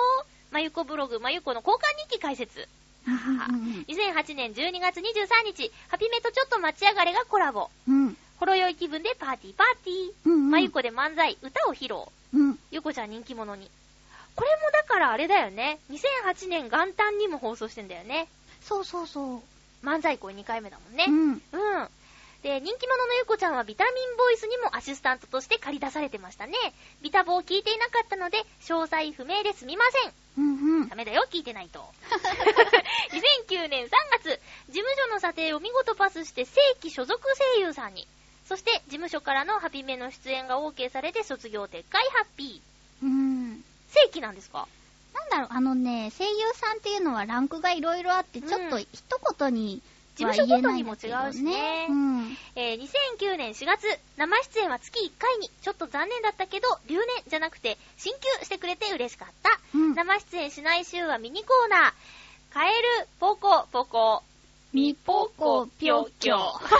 まゆこブログ、まゆこの交換日記解説。ーうん2008年12月23日、ハピメとちょっと待ち上がれがコラボ。うん。ほろ酔い気分でパーティーパーティー。うん。まゆこで漫才、歌を披露。うん。ゆこちゃん人気者に。これもだからあれだよね。2008年元旦にも放送してんだよね。そうそうそう。漫才これ2回目だもんね。うん。うん。で、人気者のゆこちゃんはビタミンボイスにもアシスタントとして借り出されてましたね。ビタボを聞いていなかったので、詳細不明ですみません。うんうんダ。メだよ、聞いてないと。2009年3月、事務所の査定を見事パスして正規所属声優さんに。そして、事務所からのハピメの出演が OK されて卒業撤回ハッピー。うん。正規なんですかなんだろう、あのね、声優さんっていうのはランクがいろいろあって、うんちょっと一言に事務は所言ごえとなにいんもだ違けどうしねうん。えー2009年4月、生出演は月1回に、ちょっと残念だったけど、留年じゃなくて、進級してくれて嬉しかった。うん。生出演しない週はミニコーナー。カエル、ポコ、ポコ。みぽこぴょきょ。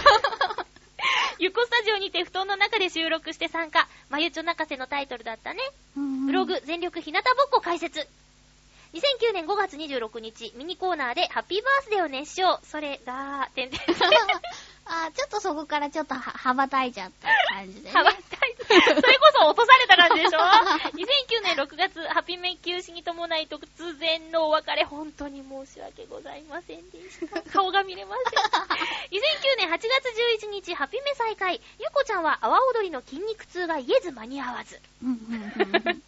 ゆっこスタジオにて布団の中で収録して参加。まゆちょ泣かせのタイトルだったね。ブログ全力ひなたぼっこ解説。2009年5月26日、ミニコーナーでハッピーバースデーを熱唱。それが、てんてん。 あー、ちょっとそこからちょっとは羽ばたいちゃった感じで、ね。羽ば たいそれこそ落とされた感じでしょ ?2009 年6月、ハピメ休止に伴い突然のお別れ、本当に申し訳ございませんでした。顔が見れません。2009年8月11日、ハピメ再開。ゆこちゃんは阿波踊りの筋肉痛が癒えず間に合わず。うんうんうんうん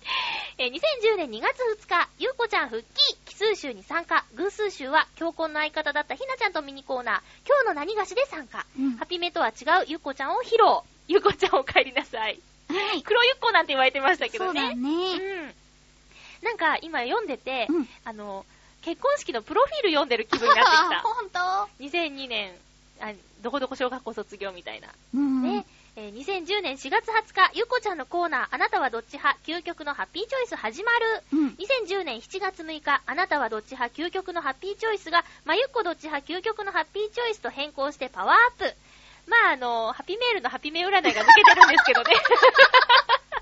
えー2010年2月2日、ゆうこちゃん復帰、奇数集に参加、偶数集は、強婚の相方だったひなちゃんとミニコーナー、今日の何がしで参加、うんハピメとは違うゆうこちゃんを披露、ゆうこちゃんお帰りなさい。はい。黒ゆっこなんて言われてましたけそどうね。だね。うん。なんか、今読んでて、うんあの、結婚式のプロフィール読んでる気分になってきた。 本当2002年、あどこどこ小学校卒業みたいな。うんね、えー2010年4月20日、ゆっこちゃんのコーナー、あなたはどっち派究極のハッピーチョイス始まる。うん。 2010年7月6日、あなたはどっち派究極のハッピーチョイスが、まあゆっこどっち派究極のハッピーチョイスと変更してパワーアップ。まあ、あの、ハッピーメールのハッピーメール占いが抜けてるんですけどね。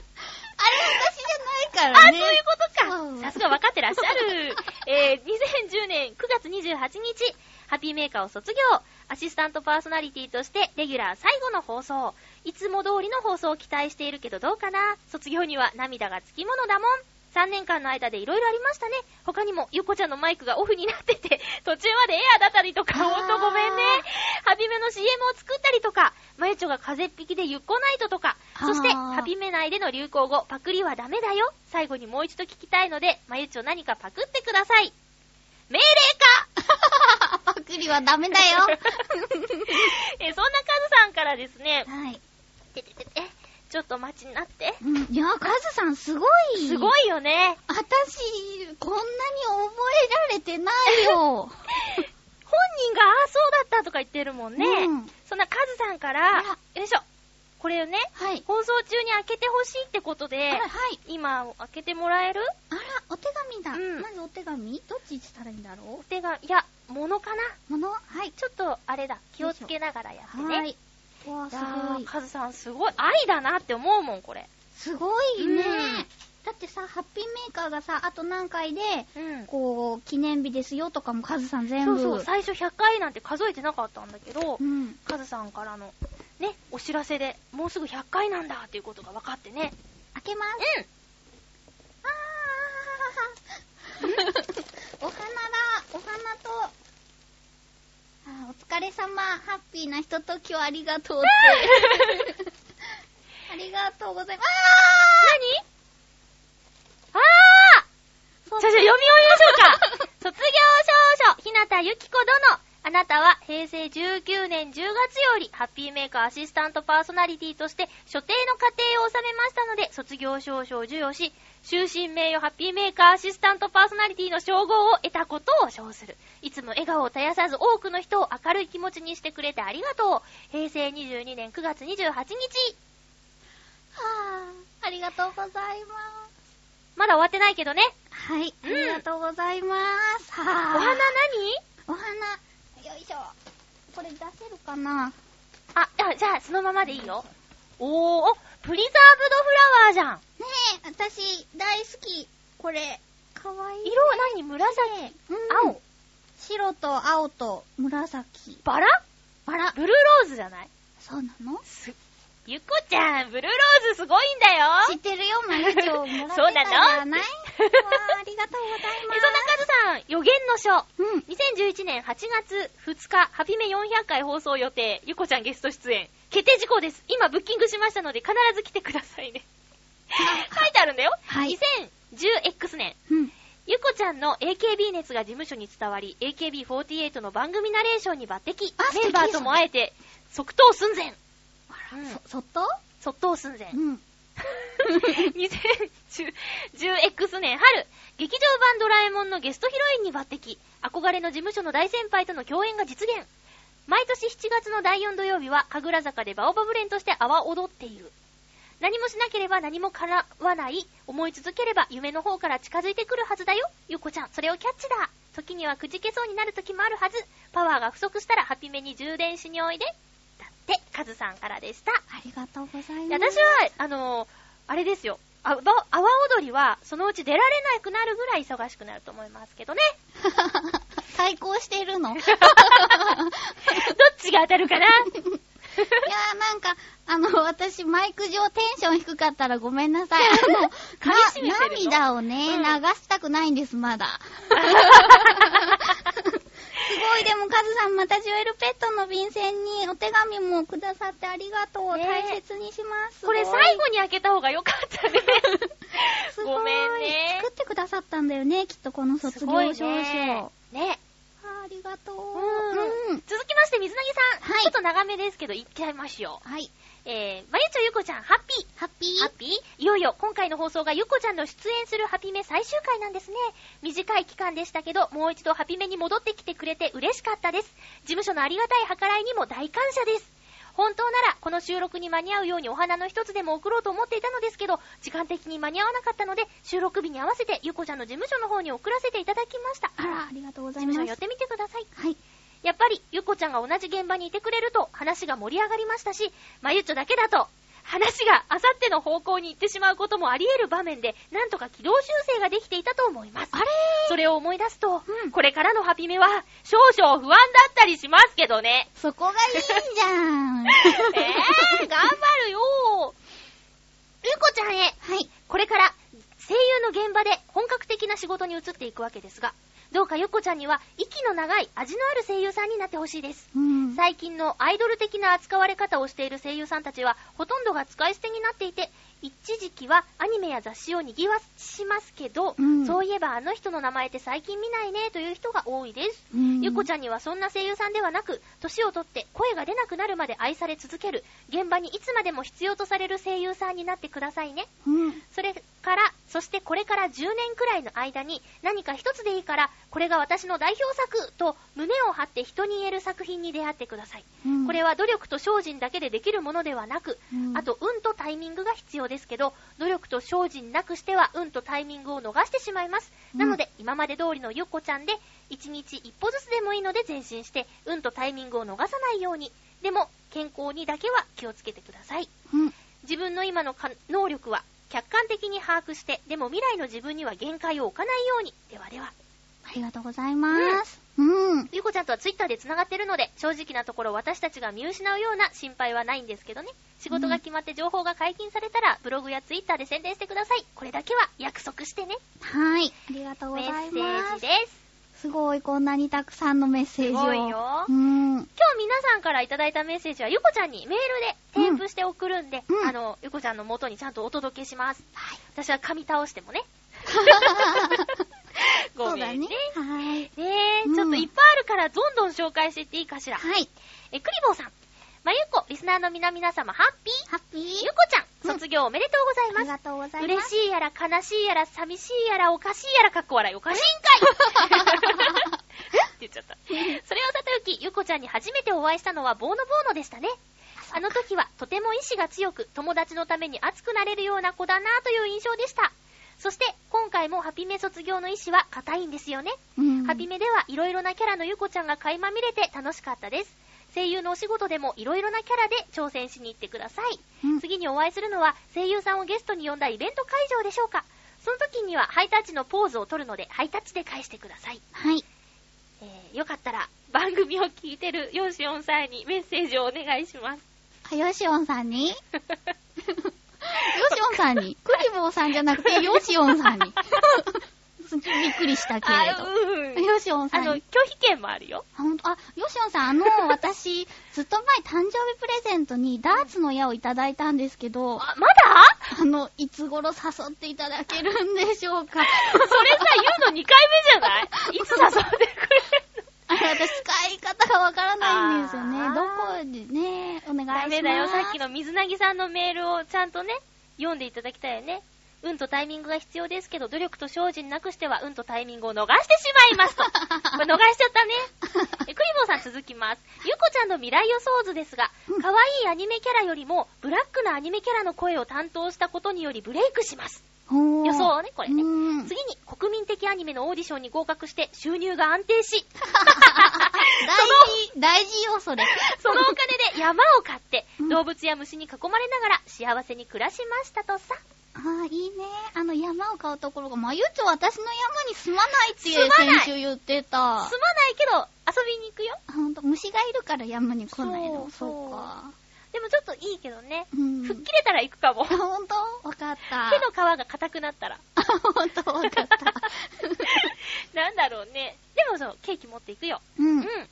私じゃなあ、いかそらうね。いうことうんか。さすが分かってらっしゃる。 えー、2010年9月28日、ハッピーメーカーを卒業。アシスタントパーソナリティとして、レギュラー最後の放送。いつも通りの放送を期待しているけどどうかな卒業には涙がつきものだもん。3年間の間でいろいろありましたね。他にも、ゆっこちゃんのマイクがオフになってて、途中までエアーだったりとか、ほんとごめんね。 ハピメの CM を作ったりとか、まゆちょが風邪っ引きでゆっこナイトとか、そして、あーハピメ内での流行語、パクリはダメだよ。最後にもう一度聞きたいので、まゆちょ何かパクってください。命令か パクリはダメだよ。 え、そんなカズさんからですね、はい。てててて、ちょっとお待ちになって。うんいや、カズさんすごい。すごいよね。私、こんなに覚えられてないよ。本人が、ああ、そうだったとか言ってるも んね。うんそんなカズさんかあらら、よいしょ。これをね、はい。放送中に開けてほしいってことあでら、、はい。今、開けてもらえるあら、お手紙だ。うんまずお手紙どっちにしたらいいんだろ手が、いや、物かな。うものはい。ちょっと、あれだ、気をつけながらやってね。はい。わあ、いすやごー、い。カズさんすごい愛だなって思うもん、これ。すごいね。うんだってさ、ハッピーメーカーがさ、あと何回で、うん。こう、記念日ですよとかもカズさん全そ部。うそう、最初100回なんて数えてなかったんだけどう、ん。カズさんからの、ね、お知らせで、もうすぐ100回なんだっていうことが分かってね。開けます。うん。あ ーお花だ。お花と、あーお疲れ様。ハッピーなひとときをありがと うって。ありがとうございます。何あーあーじゃあじゃあ読み終えましょうか卒業証書、日向ゆき子殿。あなたは平成19年10月よりハッピーメーカーアシスタントパーソナリティとして所定の過程を収めましたので卒業証書を授与し、終身名誉ハッピーメーカーアシスタントパーソナリティの称号を得たことを称する。いつも笑顔を絶やさず多くの人を明るい気持ちにしてくれてありがとう。平成22年9月28日。はあ、ありがとうございます。まだ終わってないけどね。はい、うあんりがとうございます。おはあ、花何お花、よいしょ。これ出せるかなあ、あじゃあ、そのままでいいよ。おー、おプリザーブドフラワーじゃん。ねえ、私、大好き。これ、かわいい。色、何紫、うん青、白と青と紫。バラバラ。ブルーローズじゃないそうなのす、ゆっこちゃん、ブルーローズすごいんだよ。知ってるよ、マルチョもらってたんじそうなのゃないわあ、ありがとうござえ、いそんまなす。カズさん、予言の書。うん。 2011年8月2日、ハピメ400回放送予定、ゆこちゃんゲスト出演。決定事項です。今、ブッキングしましたので、必ず来てくださいね。 書いてあるんだよ。はい。 2010X 年、うん。ゆこちゃんの AKB 熱が事務所に伝わり、AKB48 の番組ナレーションに抜擢あ。素敵メンバーとも会えて、即答寸前。あうんら、そ、そっと即答寸前う。ん。 2010X 年春、劇場版ドラえもんのゲストヒロインに抜擢。憧れの事務所の大先輩との共演が実現。毎年7月の第4土曜日は、神楽坂でバオバブレンとして阿波踊っている。何もしなければ何も叶わない。思い続ければ夢の方から近づいてくるはずだよ。ゆっこちゃん、それをキャッチだ。時にはくじけそうになる時もあるはず。パワーが不足したらハピメに充電しにおいで。だっって、カズさんからでした。ありがとうございいまやす。私は、あのーあれですよ。あば阿波踊りは、そのうち出られなくなるぐらい忙しくなると思いますけどね。 対抗しているのいやどっちが当たるかなーなんか、あの、私、マイク上テンション低かったらごめんな さい。あの、噛み締めてるの涙をね、うん流したくないんです、ま だ。すごい、でも、カズさん、またジュエルペットの便箋にお手紙もくださってありがとう。ねえ大切にします。これす最ごい後に開けた方がよかったね。すごいごめんね作ってくださったんだよね、きっとこの 卒す業ごい証書。ね。ね。あありがとう。うんうん続きまして、水なぎさん。はいちょっと長めですけど、行っちゃいましょう。はい。えー、まゆちょゆこちゃん、ハッピー。ハッピーハッピーいよいよ今回の放送がゆっこちゃんの出演するハピメ最終回なんですね。短い期間でしたけど、もう一度ハピメに戻ってきてくれて嬉しかったです。事務所のありがたい計らいにも大感謝です。本当なら、この収録に間に合うようにお花の一つでも送ろうと思っていたのですけど、時間的に間に合わなかったので、収録日に合わせて、ゆっこちゃんの事務所の方に送らせていただきました。あら、ありがとうござ事いま務所す。寄ってみてください。はい。やっぱり、ゆっこちゃんが同じ現場にいてくれると話が盛り上がりましたし、まゆっちょだけだと、話があさっての方向に行ってしまうこともあり得る場面で、なんとか軌道修正ができていたと思います。あれそれを思い出すと、うんこれからのハピメは、少々不安だったりしますけど ね。そこがいいじ ゃん。えー、頑張るよゆっこちゃんへ、 はい。これから声優の現場で本格的な仕事に移っていくわけですが、どうかゆっこちゃんには息の長い味のある声優さんになってほしいです。うん。最近のアイドル的な扱われ方をしている声優さんたちはほとんどが使い捨てになっていて一時期はアニメや雑誌を賑わしますけど、うんそういえばあの人の名前って最近見ないねという人が多いです、ゆっこちゃん。ゃんにはそんな声優さんではなく年を取って声が出なくなるまで愛され続ける現場にいつまでも必要とされる声優さんになってくださいねうん。それから、そしてこれから10年くらいの間に何か一つでいいから、これが私の代表作と胸を張って人に言える作品に出会ってください。うんこれは努力と精進だけでできるものではなく、うんあと運とタイミングが必要ですけど、努力と精進なくしては運とタイミングを逃してしまいます。うんなので、今まで通りのゆっこちゃんで、1日一歩ずつでもいいので前進して、運とタイミングを逃さないように。でも、健康にだけは気をつけてください。うん。自分の今のか能力は客観的に把握して、でも未来の自分には限界を置かないように。ではでは。ありがとうございます。うん。ゆうこちゃんとはツイッターで繋がってるので、正直なところ私たちが見失うような心配はないんですけどね。仕事が決まって情報が解禁されたら、ブログやツイッターで宣伝してください。これだけは約束してね。はい。ありがとうござメいッセまーすジ。です。すごい、こんなにたくさんのメッセージを。すごいようん。今日皆さんからいただいたメッセージは、ゆうこちゃんにメールで添付して送るんで、うんうんあの、ゆうこちゃんの元にちゃんとお届けします。はい。私は噛み倒しても ね。 ごそうめだんねね。。はい。ねえ、うんちょっといっぱいあるから、どんどん紹介していっていいかしら。はい。え、クリボーさん。まゆっこ、リスナーの皆々様、ハッピー。ハッピーゆっこちゃん、卒業おめでとうござあいりまがとうござす。いま嬉す。しいやら、悲しいやら、寂しいやら、おかしいやら、かっこ笑い、おかしいんかいっ て言っちゃった。それをさておき、ゆっこちゃんに初めてお会いしたのは、ボーノボーノでしたね。あの時は、とても意志が強く、友達のために熱くなれるような子だなという印象でした。そして、今回もハピメ卒業の意志は固いんですよね。うんハピメではいろいろなキャラのゆこちゃんが垣間見れて楽しかったです。声優のお仕事でもいろいろなキャラで挑戦しに行ってください。うん次にお会いするのは声優さんをゲストに呼んだイベント会場でしょうか。その時にはハイタッチのポーズを取るのでハイタッチで返してください。はい。えー、よかったら番組を聞いてるヨシオンさんにメッセージをお願いします。あ、ヨシオンさん にヨシオンさんにクリボーさんじゃな くて、ヨシオンさんに。 すっげえびっくりしたけれあ、ど。うん。ヨシオンさあんに。の、拒否権もあるよ。あ、ほんと、あ、ヨシオンさん、あ の、私、ずっと前誕生日プレゼントにダーツの矢をいただいたんですけど、あ、まだあの、いつ頃誘っていただけるんでしょうか。それさ、言うの2回目じゃ ないいつ誘ってくれるのあれ、私、使い方がわからないんですよねあー。どこでね、お願いしまダす。メだよ、さっきの水なぎさんのメールをちゃんとね、読んでいただきたいよね。運とタイミングが必要ですけど、努力と精進なくしては運とタイミングを逃してしまいます と。これ逃しちゃったね。えクリボーさん続きます。ゆこちゃんの未来予想図ですが、可愛いアニメキャラよりも、ブラックなアニメキャラの声を担当したことによりブレイクします。ほー予想ね、これね。うん。次に、 国民的アニメのオーディションに合格して収入が安定し、大事そ大事よ、それ。そのお金で山を買ってう、ん動物や虫に囲まれながら幸せに暮らしましたとさ。ああ、いいね。あの、山を買うところが、まゆちょ私の山に住まないって住まない先週言ってた。住まないけど、遊びに行くよ。あほんと、虫がいるから山に来ないの。そうそうか。でもちょっといいけどね。うん。吹っ切れたら行くかも。あ手ほんとわかった。の皮が硬くなった ら。あ、ほんとわ かった。なんだろうね。でもそう、ケーキ持っていくよ。ううん。ん。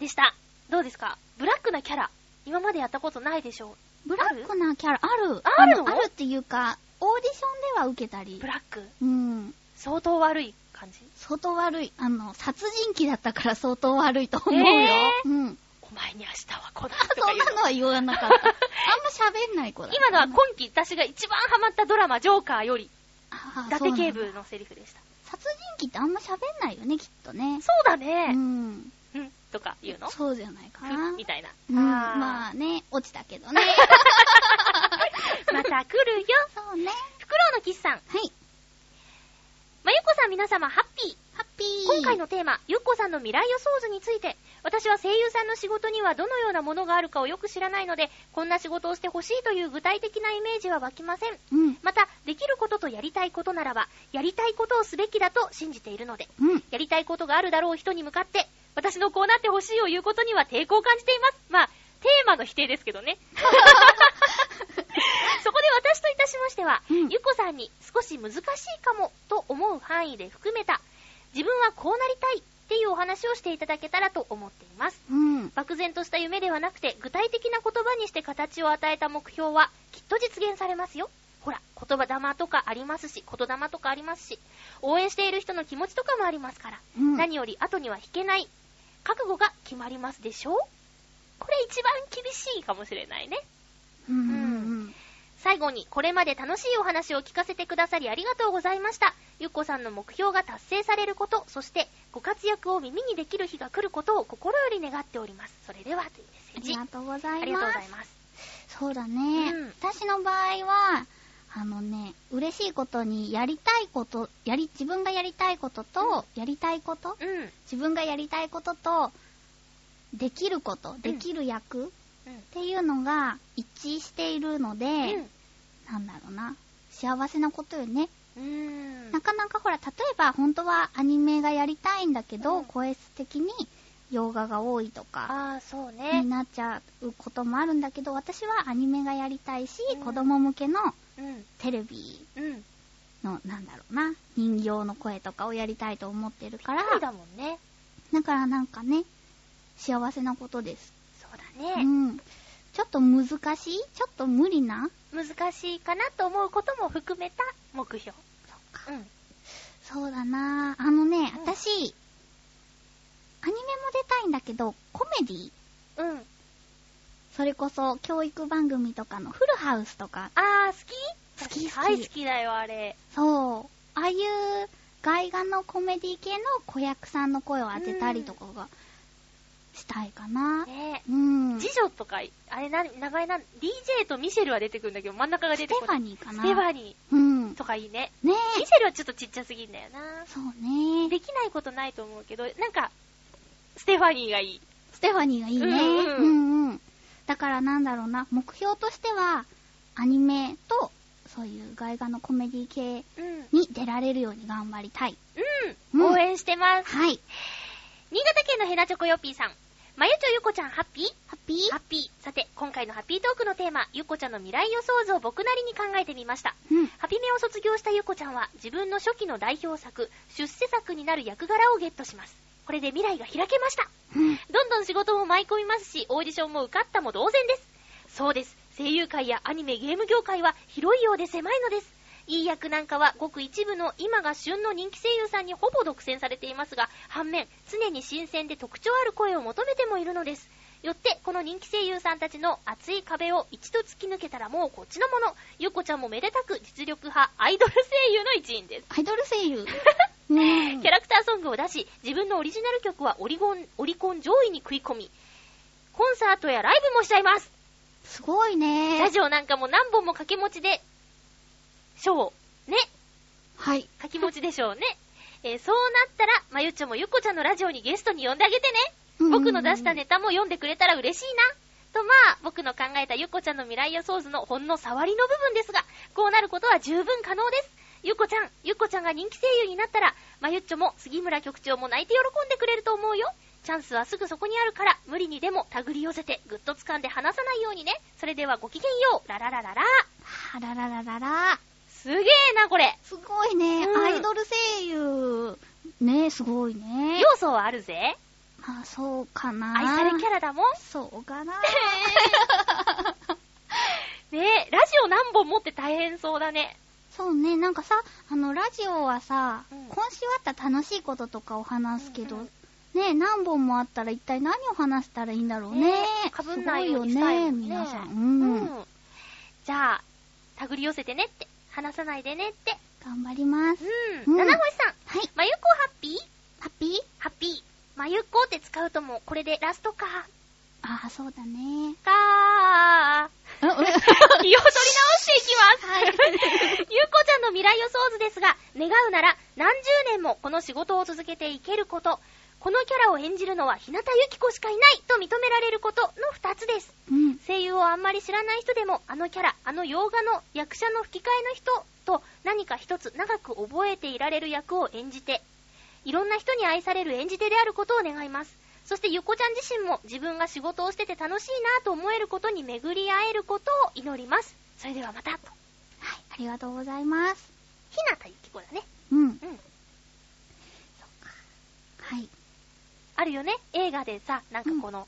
でした。どうですかブラックなキャラ。今までやったことないでしょブラックなキャラ、ある。あるあのあるっていうか、オーディションでは受けたりブ。ラック。うん。相当悪い感じ。相当悪い。あの、殺人鬼だったから相当悪いと思うよ。えうん。お前に明日は来ないあ、とか 言そんうのなのは言わなかった。あんま喋んない子だ。今のは今季私が一番ハマったドラマ、ジョーカーより、あ伊ー達警部のセリフでした。殺人鬼ってあんま喋んないよね、きっとね。そうだうね。ん。うん。とか言うのそうじゃないかな。みたいな。うん、あーまあね、落ちたけ どね。また来るよ。そうね。フクロウのキスさん。はい。まゆこさん皆様、ハッピー。ハッピー。今回。のテーマ、ゆっこさんの未来予想図について、私は声優さんの仕事にはどのようなものがあるかをよく知らないので、こんな仕事をしてほしいという具体的なイメージは湧きません。うん。また、できることとやりたいことならば、やりたいことをすべきだと信じているので、うん。 やりたいことがあるだろう人に向かって、私のこうなってほしいを言うことには抵抗を感じています。まあ、テーマの否定ですけ どね。そこで私といたしましては、うんゆっこさんに少し難しいかもと思う範囲で含めた、自分はこうなりたいっていうお話をしていただけたらと思っています。うん。漠然とした夢ではなくて、具体的な言葉にして形を与えた目標は、きっと実現されますよ。ほら、言葉玉とかありますし、言霊とかありますし、応援している人の気持ちとかもありますから、うん何より後には引けない、覚悟が決まりますでしょうこれ一番厳しいかもしれないね。うんうん最後に、これまで楽しいお話を聞かせてくださりありがとうございました。ゆっこさんの目標が達成されること、そして、ご活躍を耳にできる日が来ることを心より願っております。それでは、というメあッセーりジ。がとうござあいりがとうまごすざい。ます。そうだね、うん私の場合は、あのね、嬉しいことにやりたいこと、やり、自分がやりたいことと、やりたいこと、うん。自分がやりたいことと、できること、できる役、っていうのが一致しているので、なんだろうな。幸せなことよね。うん。うん。なかなかほら、例えば本当はアニメがやりたいんだけど、うん声質的に洋画が多いとか、ああ、そうにね。なっちゃうこともあるんだけど、私はアニメがやりたいし、うん子供向けのうん。テレビうん。の、なんだろうな、人形の声とかをやりたいと思ってるから、ありだもんね。だからなんかね、幸せなことです。そううだね。ん。ちょっと難しいちょっと無理な難しいかなと思うことも含めた目標。かうん。そうだなぁあのね、うん私、アニメも出たいんだけど、コメディうん。それこそ、教育番組とかのフルハウスとか、あー、好き好き好き大好きだよ、あれ。そう、ああいう外画のコメディ系の子役さんの声を当てたりとかが、したいかなねうん。次ス女とか、あれな、名前なん、DJ とミシェルは出てくるんだけど、真ん中が出テてフこなァい。ニーかなステファニうん。ーとかいいね。ミねえシェルはちょっとちっちゃすぎんだよな。そうねできないことないと思うけど、なんか、ステファニーがいい。ステファニーがいいね。うんううんんうん。だからなんだろうな、目標としては、アニメと、そういう外画のコメディ系うん。に出られるように頑張りたい。うん。うん応援してます。はい。新潟県のヘナチョコヨッピーさん。まゆちょゆこちゃん、ハッピーハッピーハッピー。さて、今回のハッピートークのテーマ、ゆっこちゃんの未来予想図を僕なりに考えてみました。うん。ハピメを卒業したゆっこちゃんは、自分の初期の代表作、出世作になる役柄をゲットします。これで未来が開けました。うん。どんどん仕事も舞い込みますし、オーディションも受かったも同然です。そうです。声優界やアニメ、ゲーム業界は広いようで狭いのです。いい役なんかはごく一部の今が旬の人気声優さんにほぼ独占されていますが、反面、常に新鮮で特徴ある声を求めてもいるのです。よって、この人気声優さんたちの熱い壁を一度突き抜けたらもうこっちのもの。ゆっこちゃんもめでたく実力派アイドル声優の一員です。アイドル声 優。ねキャラクターソングを出し、自分のオリジナル曲はオリゴンオリコン上位に食い込み、コンサートやライブもしちゃいます。すごいね。ラジオなんかも何本も掛け持ちで、賞を、ね、はい。掛け持ちでしょうね。えーそうなったら、まゆっちょもゆっこちゃんのラジオにゲストに呼んであげてね。うん僕の出したネタも読んでくれたら嬉しいな。とまあ、僕の考えたゆっこちゃんの未来予想図のほんの触りの部分ですが、こうなることは十分可能です。ゆっこちゃん、ゆっこちゃんが人気声優になったら、まゆっちょも杉村局長も泣いて喜んでくれると思うよ。チャンスはすぐそこにあるから、無理にでも手繰り寄せて、ぐっと掴んで離さないようにね。それではごきげんよう。ラララララ。あららららら。すげえな、これ。すごいね、うんアイドル声優。ね、すごいね。要素はあるぜ。まあ、そうかな。愛されキャラだもん。そう かな。ねえ、ラジオ何本持って大変そうだね。そうね、なんかさ、あの、ラジオはさ、うん今週あった楽しいこととかを話すけど、うんうんね、何本もあったら一体何を話したらいいんだろうね。かぶんないようにしたいもんすごいよね、皆さん。う。うんん。じゃあ、手繰り寄せてねって。話さないでねって。頑張ります。う。うんん七星さん、はい、まゆっこハッピーハッピーハッピー。まゆっこって使うともうこれでラストか。ああ、そうだね。かー。気を取り直 していきます。ゆうこちゃんの未来予想図ですが、願うなら何十年もこの仕事を続けていけること、このキャラを演じるのは日向ゆき子しかいないと認められることの二つです。うん。声優をあんまり知らない人でも、あのキャラ、あの洋画の役者の吹き替えの人と何か一つ長く覚えていられる役を演じて、いろんな人に愛される演じ手であることを願います。そしてゆっこちゃん自身も自分が仕事をしてて楽しいなと思えることに巡り合えることを祈ります。それではまた、と。はい、ありがとうございます。ひなたゆきこだね。うん。うん。はい。あるよね。映画でさ、なんかこの、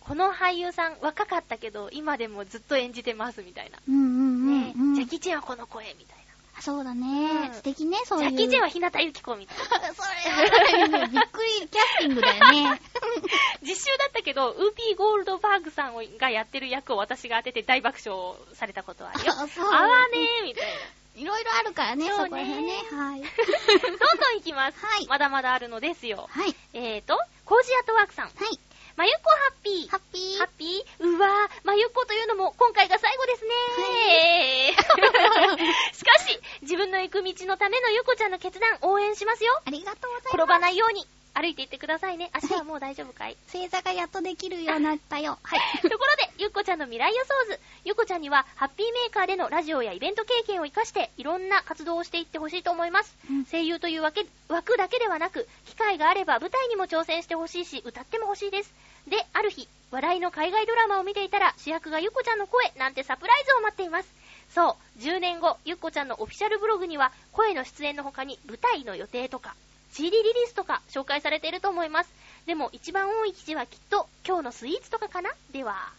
この俳優さん若かったけど、今でもずっと演じてますみたいな。うんうんうん、ね、うん。ジャッキーチェンはこの声みたいな。あそうだね、うん素敵ね、そういう。ジャッキー・チェンは日向ゆき子みたいな。それはね、びっくりキャスティングだ よね。 実習だったけど、ウーピー・ゴールドバーグさんをがやってる役を私が当てて大爆笑されたことはあるよ。 あそうあわねーみたい いろいろあるからね、そうねそこら辺ね。はい。な。どんどん行きます。はいまだまだあるのですよ。はい。えーと、コージアットワークさん。はい。まゆっこハッピー。ハッピー。ハッピーうわー、まゆっこというのも今回が最後ですね、 しかし、自分の行く道のためのゆこちゃんの決断応援しますよ。ありがとうございます。転ばないように歩いていってくださいね。足はもう大丈夫かい星座がやっとできるようになったよ。はい。 ところで、ゆっこちゃんの未来予想図。ゆっこちゃんには、ハッピーメーカーでのラジオやイベント経験を活かして、いろんな活動をしていってほしいと思います。うん声優というわけ枠だけではなく、機会があれば舞台にも挑戦してほしいし、歌ってもほしいです。で、ある日、話題の海外ドラマを見ていたら、主役がゆっこちゃんの声なんてサプライズを待っています。そう、10年後、ゆっこちゃんのオフィシャルブログには、声の出演の他に舞台の予定とか、CD リリースとか紹介されていると思います。でも一番多い記事はきっと、今日のスイーツとかかなでは。あ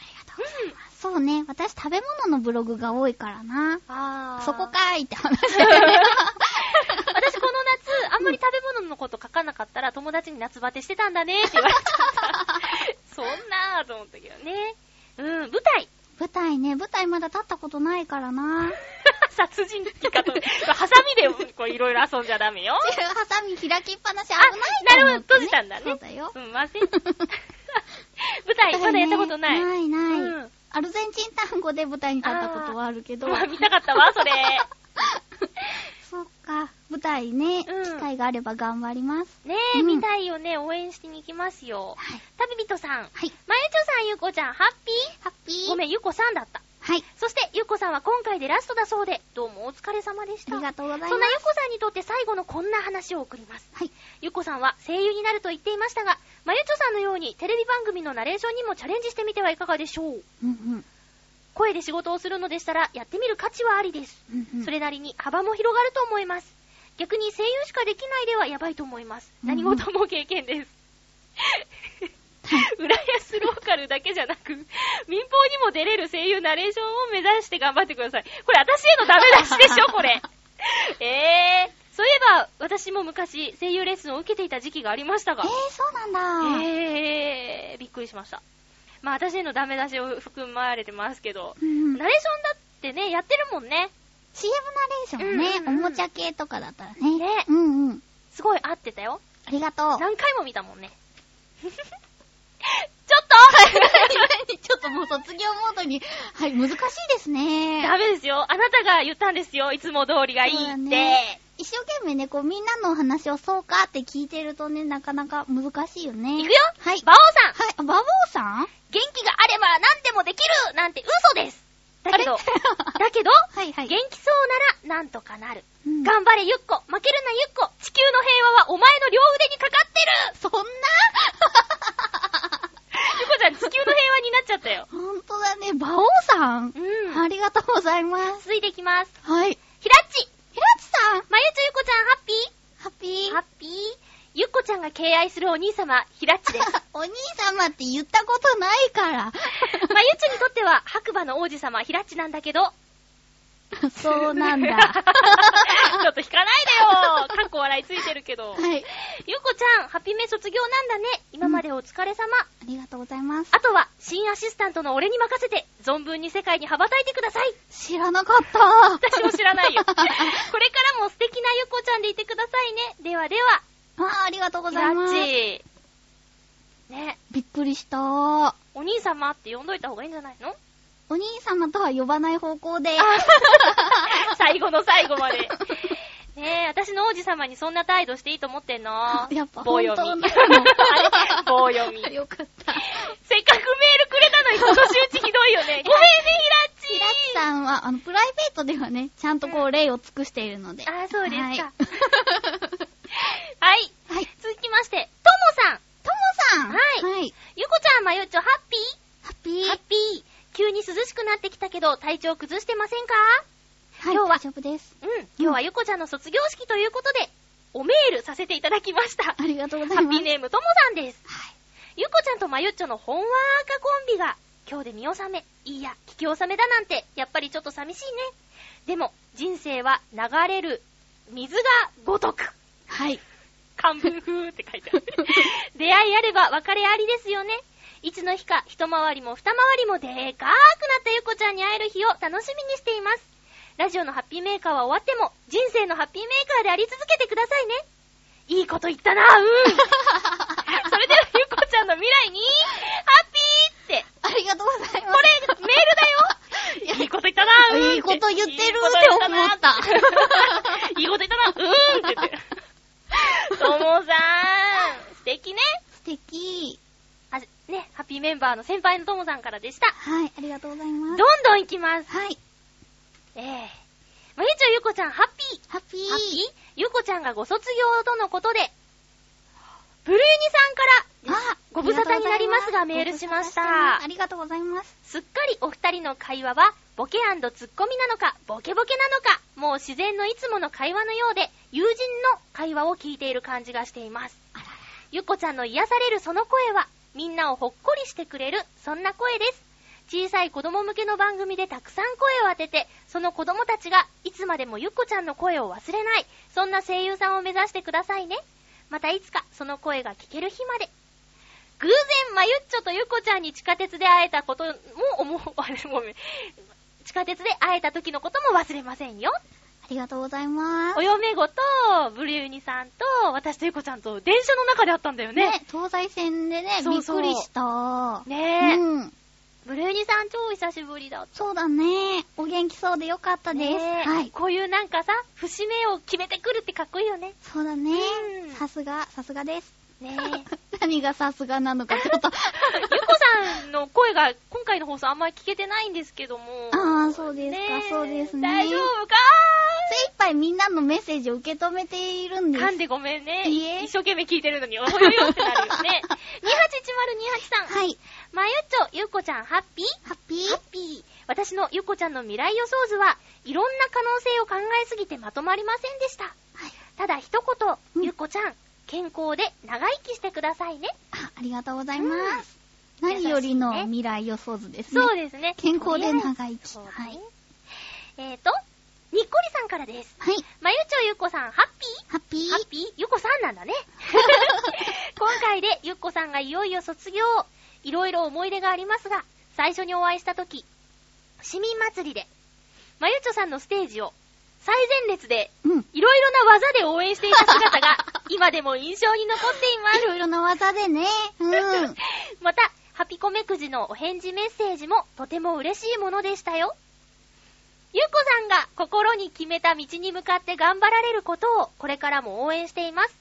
りがとうございます。そうね、私食べ物のブログが多いからな。あーそこか。ーいっ て話だよね。私この夏、あんまり食べ物のこと書かなかったら、友達に夏バテしてたんだねって言われちゃった。 そんなーと思ったけどね。うん、舞台。舞台ね、舞台まだ立ったことないからな。 殺人ってかと。ハサミでこういろいろ遊んじゃダメ よ。ハサミ開きっぱなし危あ、ないとな思るほっど、て閉じたんだね。そうだよす。んま せん。舞台、まだやったことない。ないない。うんアルゼンチン単語で舞台に立ったことはあるけど。まあ見たかったわ、それ。そっか。舞台ね、うん機会があれば頑張ります。 ねえ、うん見たいよね。応援しに行きますよ。はい。旅人さん。まゆちはい。ょさん、ゆこちゃん、ハッピハッピーー。ごめん、ゆこさんだった。はい。そして、ゆっこさんは今回でラストだそうで、どうもお疲れ様でしあた。りがとうございます。そんなゆっこさんにとって最後のこんな話を送ります。はい。ゆっこさんは声優になると言っていましたが、まゆちょさんのようにテレビ番組のナレーションにもチャレンジしてみてはいかがでしょううんうん。声で仕事をするのでしたら、やってみる価値はありです。うんうんそれなりに幅も広がると思います。逆に声優しかできないではやばいと思います。うん何事も経験です。浦安ローカルだけじゃなく、民放にも出れる声優ナレーションを目指して頑張ってください。これ私へのダメ出しでしょ、こ れ。えー、そういえば、私も昔声優レッスンを受けていた時期がありましたえがー、、そうなんだ。えー、びっくりしました。まあ私へのダメ出しを含まれてますけど、うんうんナレーションだってね、やってるもんね。 CM ナレーションうんうね、んうんおもちゃ系とかだったらね。ねうんうん。すごい合ってたよ。ありがとう。 何回も見たも んね。ち ょっちょっともう卒業モードに、はい、難しいですとね。ダメですよ。あなたが言ったんですよ。いつも通りがいいそうだって。ね一生懸命ね、こうみんなのお話をそうかって聞いてるとね、なかなか難しいよね。いくよはい。馬王さんはい、あ馬王さん元気があれば何でもできるなんて嘘ですだけど、 だあけど、れはいはい。元気そうならなんとかなる。 うん頑張れゆっこ負けるなゆっこ地球の平和はお前の両腕にかかってるそんなゆっこちゃん、地球の平和になっちゃったよ。ほんとだね、馬王さん。うん。ありがとうございます。続いていきます。はい。ひらっちひらちさん、まゆちょゆこちゃん、ハッピハッピーー。ハッピーゆっこちゃんが敬愛するお兄様、ひらっちです。お兄様って言ったことないから。まゆちょにとっては、白馬の王子様、ひらっちなんだけど。 そうなんだ。ちょっと引かないでよかっこ笑いついてるけど。はい。ゆっこちゃん、ハッピメ卒業なんだね。今までお疲れ様。ありがとうございます。あとは、新アシスタントの俺に任せて、存分に世界に羽ばたいてください。知らなか った。私も知らない よ。これからも素敵なゆっこちゃんでいてくださいね。ではでは、あーありがとうごひざらいまっす。ち。ね、びっくりした。おお兄様って呼んどいた方がいいんじゃないの兄様とは呼ばない方向で。。最後の最後まで。ねえ、私の王子様にそんな態度していいと思ってんのやっぱ棒本読当なみ。のあれ棒読み。せっかくメールよかった。くれたのに、この仕打ちひどいよね。ごめんね、ひひららっちち。さんは、あの、プライベートではね、ちゃんとこう、礼を尽くしているので。あー、そうですはいか。はい。はい。続きまして、ともさん。ともさん。はいはい。ゆこちゃん、まゆちょ、ハッピーハッピー。ハッピー。急に涼しくなってきたけど、体調崩してませんかは今い、日は大丈夫です。うん。今日はゆこちゃんの卒業式ということで、おメールさせていただきました。ハありがとうございます。ッピーネームともさんです。はい。ゆこちゃんとまゆっちょのほんわーかコンビが、今日で見納め、いいや、聞き納めだなんて、やっぱりちょっと寂しいね。でも、人生は流れる、水がごとく。はい。漢文風って書いてある。出会いあれば別れありですよね。いつの日か一回りも二回りもでかーくなったゆこちゃんに会える日を楽しみにしています。ラジオのハッピーメーカーは終わっても、人生のハッピーメーカーであり続けてくださいね。いいこと言ったな、 うん。それではゆこちゃんの未来に、ハッピーって、ありがとうございます。これメールだよ。いいこと言ったな、うんって。いいこと言ってるって思った。 いいこと言ったな、うーんって言って。ともさん、素敵ね。素敵。あ、ね、ハッピーメンバーの先輩のともさんからでした。はい、ありがとうございまどんす。どん行きます。はい。ええまゆちょゆこちゃん、ハッピー。ハッピー。ハッピーゆこちゃんがご卒業とのことで、ブルーニさんからあです、ご無沙汰になりますがメールしましたあ。りがとうございます。すっかりお二人の会話は、ボケツッコミなのか、ボケボケなのか、もう自然のいつもの会話のようで、友人の会話を聞いている感じがしています。ゆっこちゃんの癒されるその声は、みんなをほっこりしてくれる、そんな声です。小さい子供向けの番組でたくさん声を当てて、その子供たちがいつまでもゆっこちゃんの声を忘れない、そんな声優さんを目指してくださいね。またいつかその声が聞ける日まで。偶然、まゆっちょとゆっこちゃんに地下鉄で会えたことも思う、あれごめん。地下鉄で会えた時のことも忘れませんよ。ありがとうございますお。嫁ごと、ブリューニさんと、私とゆっこちゃんと電車の中で会ったんだよね。ね、東西線でね、そうそうびっくりした。ねえ、うん。ブルーニさん超久しぶりだっそうだね。お元気そうでよかったたです。ねえはい。こういうなんかさ、節目を決めてくるってかっこいいよね。そうだねうん。さすが、さす がです。 ねえ。ゆっこ何がさすがなのかち ょっと。さんの声が今回の放送あんまり聞けてないんですけども。ああ、そうですねか、えそうですね。大丈夫か精一杯みんなのメッセージを受け止めているんです。噛んでごめんね。いいえ一生懸命聞いてるのに、およよ ってなるよね。281028さん。はい。まゆっちょ、ゆっこちゃん、ハッピーハッピーハッピー。私のゆっこちゃんの未来予想図はいろんな可能性を考えすぎてまとまりませんでした。はい。ただ一う言、んゆっこちゃん、健康で長生きしてくださいね。あありがとうございます。何よりの未来予想図ですね。そうですね。健康で長生き。そうはだねい。えーと、にっこりさんからです。はい。まゆちょゆっこさん、ハッピーハッピー。ハッピーゆっこさんなん だね。今回でゆっこさんがいよいよ卒業。いろいろ思い出がありますが、最初にお会いした時、市民祭りで、まゆちょさんのステージを最前列でうん。いろいろな技で応援していた姿 が、今でも印象に残っていまいろいろな技でね。 うん。あす。また、ハピコメくじのお返事メッセージもとても嬉しいものでしたよ。ゆうこさんが心に決めた道に向かって頑張られることをこれからも応援しています。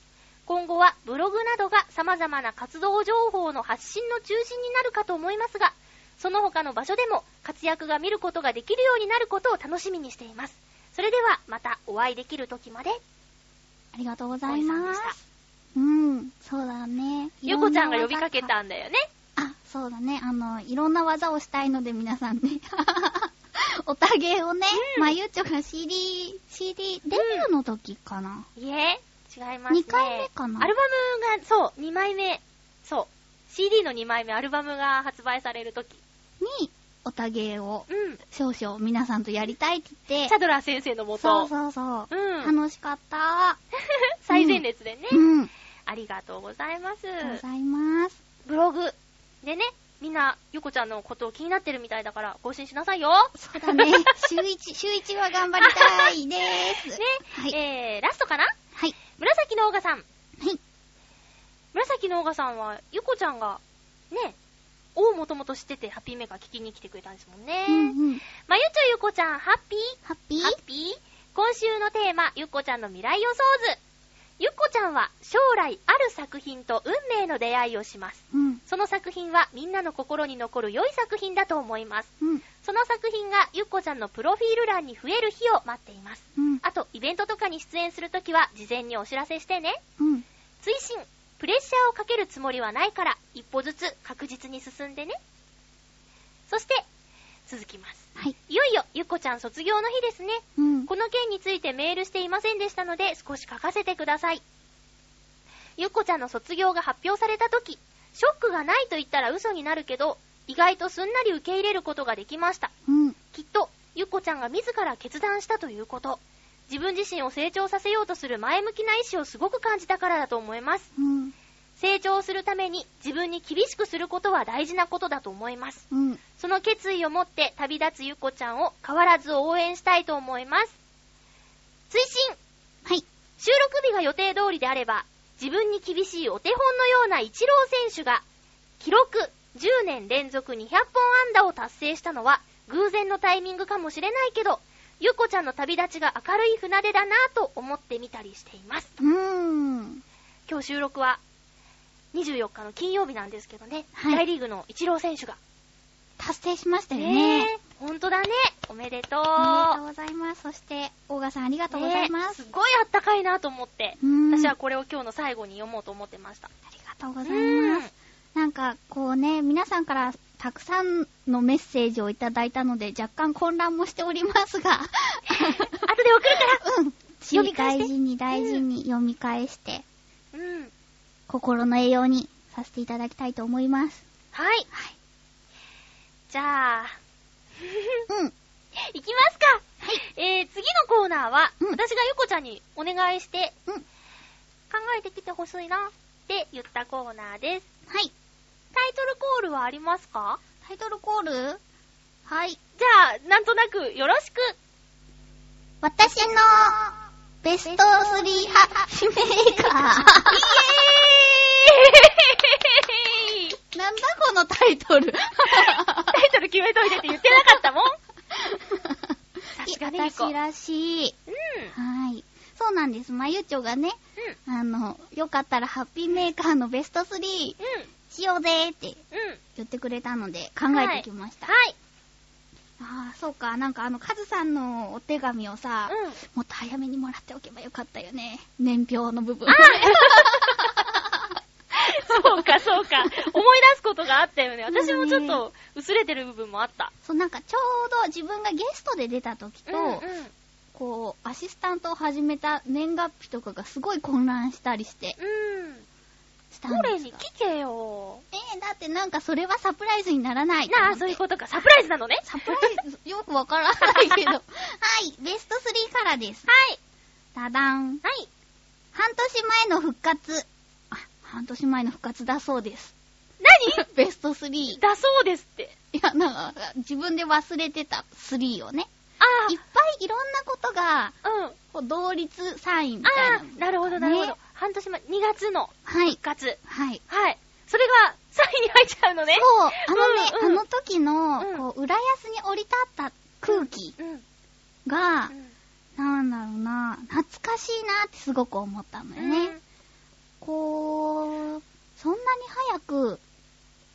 今後はブログなどが様々な活動情報の発信の中心になるかと思いますが、その他の場所でも活躍が見ることができるようになることを楽しみにしています。それではまたお会いできる時まで。ありがとうごございます。うん、そうだね。ゆうこちゃんが呼びかけいろんなた技が。んだよね。あ、そうだね。あの、いろんな技をしたいので皆さんね。 おたげをね、うんまあゆうちょが CD、CD デビューの時かな。いえ、違いますね。二回目かなアルバムが、そう、2枚目。そう。CD の2枚目、アルバムが発売される時。に、おたげをうん。少々皆さんとやりたいって言って。チャドラー先生のもそとう。そうそう。うん。楽しかった。最前列でね。うん。あありがとうございます。りがとうございます。ブログでね、みんな、ゆこちゃんのことを気になってるみたいだから、更新しなさいよ。そう だね。週一、週一は頑張りたいです。 ね。はい。えー、ラストかなはい。紫のオーガさん。はい。紫のオーガさんは、ゆこちゃんが、ね、をもともと知ってて、ハッピーメーカー聞きに来てくれたんですもんね。うんうん。まゆちょゆこちゃん、ハッピーハッピーハッピー今週のテーマ、ゆっこちゃんの未来予想図。ゆっこちゃんは将来ある作品と運命の出会いをします。うん。その作品はみんなの心に残る良い作品だと思います。うん。その作品がゆっこちゃんのプロフィール欄に増える日を待っています。うん。あと、イベントとかに出演するときは事前にお知らせしてね。うん。追伸、プレッシャーをかけるつもりはないから、一歩ずつ確実に進んでね。そして、続きます。はい。いよいよ、ゆっこちゃん卒業の日ですね。うん。この件についてメールしていませんでしたので、少し書かせてください。ゆっこちゃんの卒業が発表された時、ショックがないと言ったら嘘になるけど、意外とすんなり受け入れることができました。うん。きっと、ゆっこちゃんが自ら決断したということ。自分自身を成長させようとする前向きな意志をすごく感じたからだと思います。うん。成長するために自分に厳しくすることは大事なことだと思います。うん。その決意を持って旅立つゆこちゃんを変わらず応援したいと思います。追伸はい。収録日が予定通りであれば、自分に厳しいお手本のようなイチロー選手が、記録10年連続200本安打を達成したのは、偶然のタイミングかもしれないけど、ゆこちゃんの旅立ちが明るい船出だなぁと思ってみたりしています。うーん。今日収録は、24日の金曜日なんですけどね、はい大リーグのイチロー選手が達成しましたよねね。え、ほんとだね。おめでとう。ありがとうございます。そして、オーガさんありがとうございます。ねえすごいあったかいなと思って。うん。私はあこれを今日の最後に読もうと思ってました。りがとうごございます。なんか、こうね、皆さんからたくさんのメッセージをいただいたので、若干混乱もしておりますが、後で送るかうん。読み返して大事に大事に読み返して、らうん。心の栄養にさせていただきたいと思います。はい。はい。じゃあ、うん。いきますか。えー、次のコーナーは、うん私がゆこちゃんにお願いして、うん考えてきてほしいなって言ったコーナーです。はい。タイトルコールはありますかタイトルコールはい。じゃあ、なんとなくよろしく。私のベスト3リーハッピーメーカイエーイー。 なんだこのタイトル。タイトル決めといてって言ってなかったもん。さすがねゆこ 私らしい。うん。はい。そうなんです。まゆちょがね、うん。あの、よかったらハッピーメーカーのベスト3うしようぜーってん。うん。言ってくれたので考えてきました。はい。ああ、そうか。なんかあの、カズさんのお手紙をさ、うん。もっと早めにもらっておけばよかったよね。年表の部分。そうか、そうか。思い出すことがあったよね。私もちょっと薄れてる部分もあった。そう、なんかちょうど自分がゲストで出た時と、うん。うん。こう、アシスタントを始めた年月日とかがすごい混乱したりして、したんうん。これですにが。聞けよ。えー、だってなんかそれはサプライズにならない。なあ、そういうことか。サプライズなのね。サプライズ、よくわからないけど。 はい、ベスト3からです。はい。ダダン。はい。半年前の復活。あ、半年前の復活だそ うです。何ベスト3。いだそうですって。や、なんか、自分で忘れてた3をね。いっあぱいいろんなことが、あ。うん。あこう同率サインみたいなあの。ー、なるほど、なるほねど。半年前、2月のはい復。活。はい。はい。それが3位に入っちゃうのね。そう、あのね、うんうんあの時の、うんこう、浦安に降り立った空気うん。すごく思ったのようんね。こう、そんなに早く、う、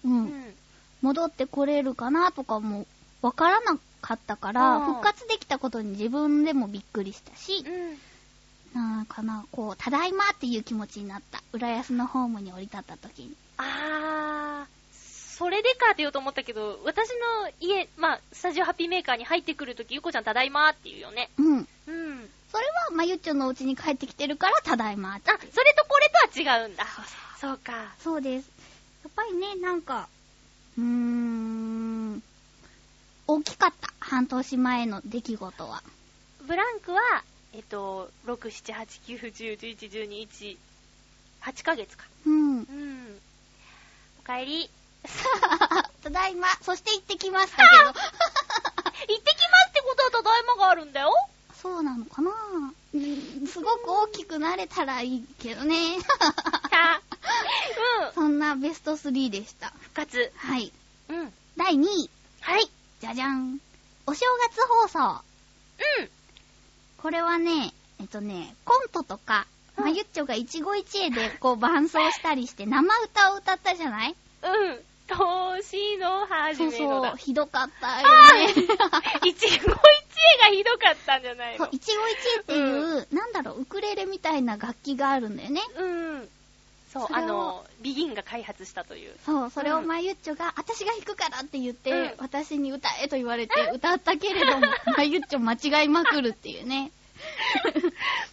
うんん。戻ってこれるかなとかも、わからなかったから、うん復活できたことに自分でもびっくりしたしう、ん。なんかな、こう、ただいまっていう気持ちになった。浦安のホームに降り立った時に。あー、それでかって言おうと思ったけど、私の家、まあ、スタジオハッピーメーカーに入ってくるとき、ゆっこちゃんただいまーって言うよね。うん。うん。それは、まゆっちょのお家に帰ってきてるから、ただいまってあ、それとこれとは違うんだ。そうか。そうです。やっぱりね、なんか、うーん、大きかった。半年前の出来事は。ブランクは、えっと、6、7、8、9、10、11、12、1、8ヶ月か。ううん。ん。おかえり。ただいま。そして行ってきましたけど。行ってきますってことはただいまがあるんだ よ。そうなのかなうんすごく大きくなれたらいいけどね。 さあ。うん。そんなベスト3でした。復活。はい。うん。第2位。はい。じゃじゃん。お正月放送。うん。これはね、えっとね、コントとか、うんまゆっちょが一期一会でこう伴奏したりして生歌を歌ったじゃないうん。年の初そうめのそだ。う、ひどかったあよね。 ー一期一会がひどかったんじゃない そうの、一期一会っていう、なんだろう、ウクレレみたいな楽器があるんだよね。うん。そう、それをあの、ビギンが開発したという。そう、それをうんまゆっちょが、私が弾くからって言って、うん私に歌えと言われて歌ったけれど も、まゆっちょ間違いまくるっていうね。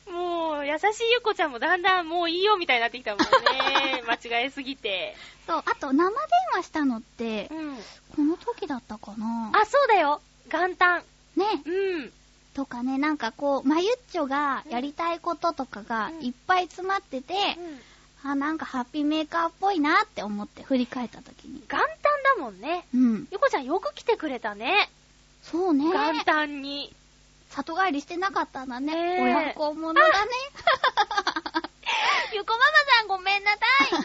もう、優しいゆこちゃんもだんだんもういいよみたいになってきたもん ね。間違えすぎて。そう、あと生電話したのってう、ん。この時だったかなあ、そうだよ。元旦。ね。うん。とかね、なんかこう、まゆっちょがやりたいこととかがうんいっぱい詰まってて、あ、なんかハッピーメーカーっぽいなって思って振り返った時に。元旦だもんね。うん。ゆこちゃんよく来てくれたね。そうね。元旦に。里帰りしてなかったんだね。ねえ親子者だね。ゆこママさんごめんな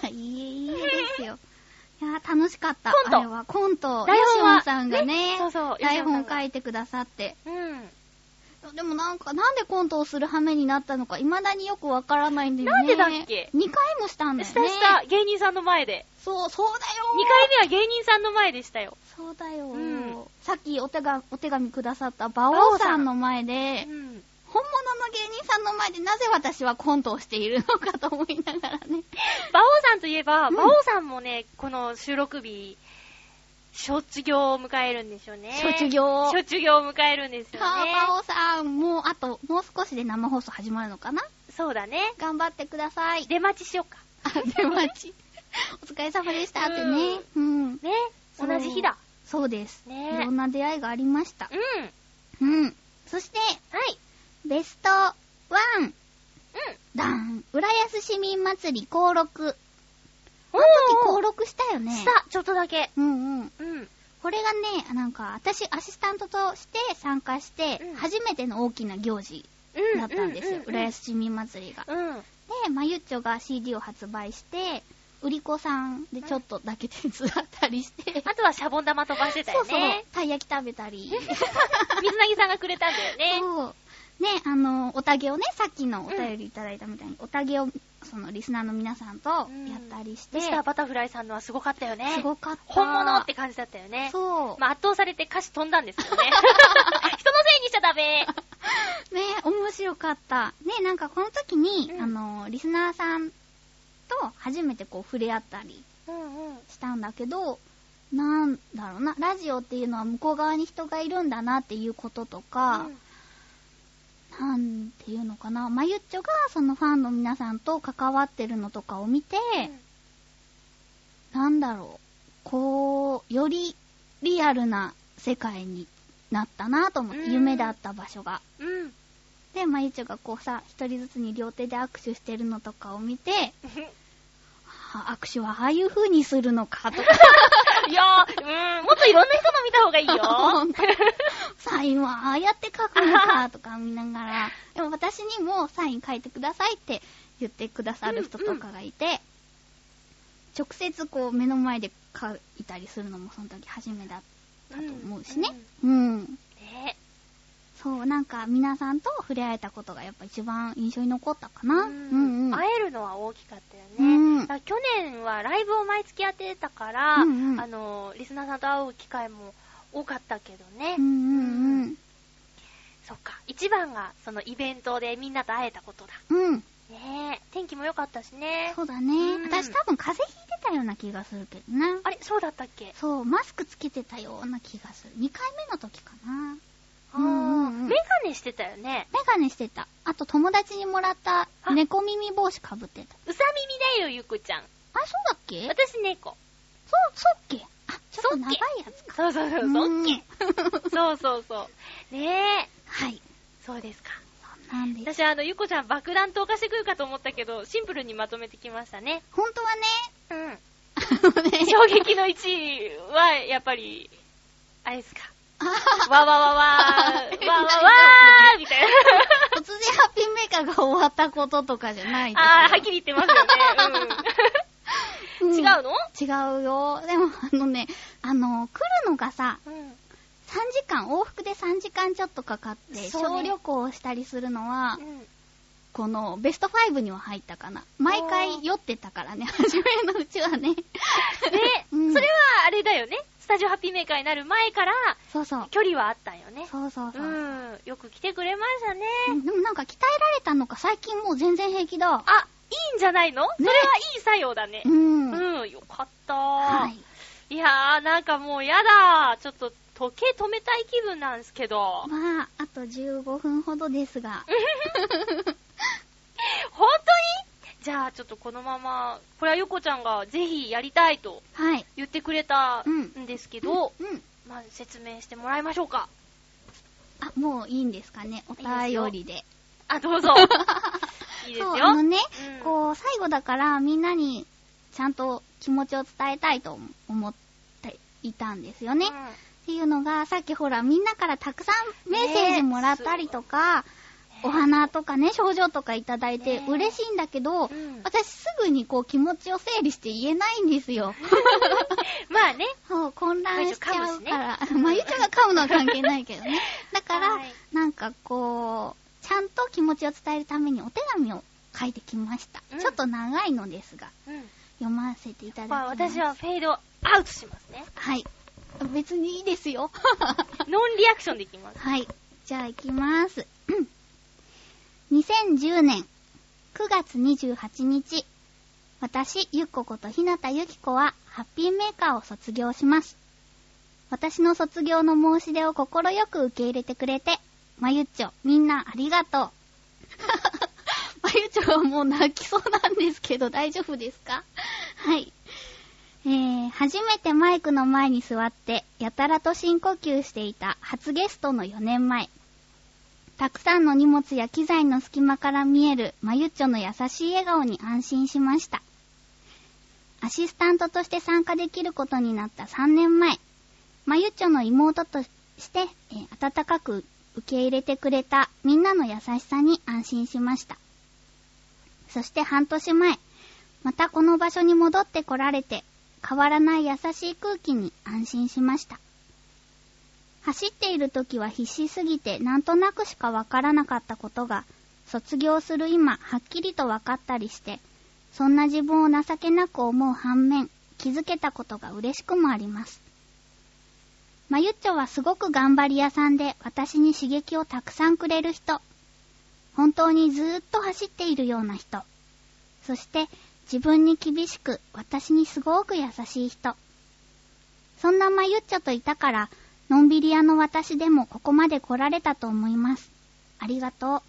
さい。いいえ、いいえですよ。いやー楽しかった。コントあれはコント。台本はヨシオンさんがね、ねそうそう台ヨシオン本さんが書いてくださって。うん。でもなんか、なんでコントをする羽目になったのか、未だによくわからないんだよね。なんでだっけ ?2 回もしたんだよね。したした、芸人さんの前で。そう、そうだよ2回目は芸人さんの前でしたよ。そうだよ、うんさっきお手がお手紙くださった馬王さんの前うで、ん。本物の芸人さんの前でなぜ私はコントをしているのかと思いながらね。馬王さんといえば、うん馬王さんもね、この収録日、卒業を迎えるんですよね。卒業卒業を迎えるんですよさあ、ね。馬王さん、もうあと、もう少しで生放送始まるのかなそうだね。頑張ってください。出待ちしようか。あ、出待ち。お疲れ様でしたってね。うん。ね。そう同じ日だ。そうです。ねいろんな出会いがありましたう。ん。うん。そして、はい。ベスト1。うん。ダン。浦安市民祭り登録。お登ー録したよね。した、ちょっとだけ。うんうん。うん。これがね、なんか、私、アシスタントとして参加してうん、初めての大きな行事うん。だったんですよ。う浦安市民祭りが。うん。で、まゆっちょが CD を発売して、売り子さんでちょっとだけ手伝ったりして、あとはシャボン玉飛ばしてたそようそうね。、たい焼き食べた り、水なぎさんがくれたんだよね。そうね、あの、おたげをね、さっきのお便りいただいたみたいに、おたげを、その、リスナーの皆さんとやったりして、ミスターバタフライさんのはすごかったよね。すごかった。本物って感じだったよね。そう。まあ、圧倒されて歌詞飛んだんです よね。人のせいにしちゃダメ。ね、面白かった。ね、なんかこの時に、うんあの、リスナーさんと初めてこう触れ合ったりうんうん。したんだけど、なんだろうな、ラジオっていうのは向こう側に人がいるんだなっていうこととか、なんていうのかな、まゆっちょがそのファンの皆さんと関わってるのとかを見て、なんだろう、こう、よりリアルな世界になったなと思って、うん夢だった場所が。うん。うん。で、まゆちょがこうさ、一人ずつに両手で握手してるのとかを見て、あ握手はああいう風にするのかとか、いやー、うん、もっといろんな人の見た方がいいよ。 サインはああやって書くのかとか見ながら、でも私にもサイン書いてくださいって言ってくださる人とかがいて、直接こう目の前で書いたりするのもその時初めだったと思うしね。うん。ねそう、なんか皆さんと触れ合えたことがやっぱ一番印象に残ったかな。ううんんうん。会えるのは大きかったよね。うんだから去年はライブを毎月やってたから、うんうんあの、リスナーさんと会う機会も多かったけどね。うんうんそっか。一番がそのイベントでみんなと会えたことだ。うん。うん。ねえ。天気も良かったしね。そうだね。うん私多分風邪ひいてたような気がするけどな。あれ、そうだったっけそう、マスクつけてたような気がする。2回目の時かな。あうんうんうんーメガネしてたよね。メガネしてた。あと友達にもらったあ猫耳帽子かぶってた。うさ耳だよ、ゆこちゃん。あ、そうだっけそう、私猫。そうっけあ、ちょっと長いやつか。そうそうそう、うんそっけ。そうそうそう。ねえ。はい。そうですか。そうなんです。私、あの、ゆこちゃん爆弾投下してくるかと思ったけど、シンプルにまとめてきましたね。本当はね、うん。あのね衝 撃の1位は、やっぱり、あれですか。わわわわわ、わわわーみたいな。突然ハッピーメーカーが終わったこととかじゃないですよあー、はっきり言ってますよね。ううんん、違うの違うよ。でも、あのね、あの、来るのがさ、うん。 3時間、往復で3時間ちょっとかかって、そうね小旅行をしたりするのは、うんこのベスト5には入ったかな。毎あ回ー酔ってたからね、 初めのうちは ね。ね、うんそれはあれだよね。スタジオハッピーメーカーになる前から、そうそう。距離はあったんよね。そうそうそう。うん。よく来てくれましたね。うんでもなんか鍛えられたのか、最近もう全然平気だ。あ、いいんじゃないの、それはいい作用だねう。ん。うん、よかった。はい。いやー、なんかもうやだー。ちょっと時計止めたい気分なんですけど。本まあ、あと15分ほどですが。当にじゃあちょっとこのまま、これはゆこちゃんがぜひやりたいとはい。言ってくれたんですけど、うん。まあ説明してもらいましょうか。あ、もういいんですかね。お便りで。あ、どう ぞ。いいですよそう、。あのね、うんこう、最後だからみんなにちゃんと気持ちを伝えたいと思っていたんですよね。うんっていうのが、さっきほら、みんなからたくさんメッセージもらったりとか、お花とかね、症状とかいただいてね嬉しいんだけど、うん私すぐにこう気持ちを整理して言えないんですよ。まあね、そう、混乱しちゃうから。むしね まあ、ゆちょが噛むのは関係ないけど ね。だから、はいなんかこう、ちゃんと気持ちを伝えるためにお手紙を書いてきました。うんちょっと長いのですが、うん読ませていただきまあます。私。はフェードアウトしますね。 はい。別にいいで すよ。ノンリアクションでいき ます。はい。じゃあ行きます。2010年9月28日、私、ゆっこことひなたゆきこは、ハッピーメーカーを卒業します。私の卒業の申し出を心よく受け入れてくれて、まゆっちょ、みんなありがとう。 まゆっちょはもう泣きそうなんですけど、大丈夫ですか はい。えー、初めてマイクの前に座って、やたらと深呼吸していた初ゲストの4年前。たくさんの荷物や機材の隙間から見えるまゆっちょの優しい笑顔に安心しました。アシスタントとして参加できることになった3年前、まゆっちょの妹として、えー温かく受け入れてくれたみんなの優しさに安心しました。そして半年前、またこの場所に戻ってこられて、変わらない優しい空気に安心しました。走っている時は必死すぎてなんとなくしかわからなかったことが、卒業する今、はっきりとわかったりして、そんな自分を情けなく思う反面、気づけたことが嬉しくもあります。まゆっちょはすごく頑張り屋さんで、私に刺激をたくさんくれる人。本当にずーっと走っているような人。そして自分に厳しく私にすごく優しい人。そんなまゆっちょといたから、のんびり屋の私でもここまで来られたと思います。ありがと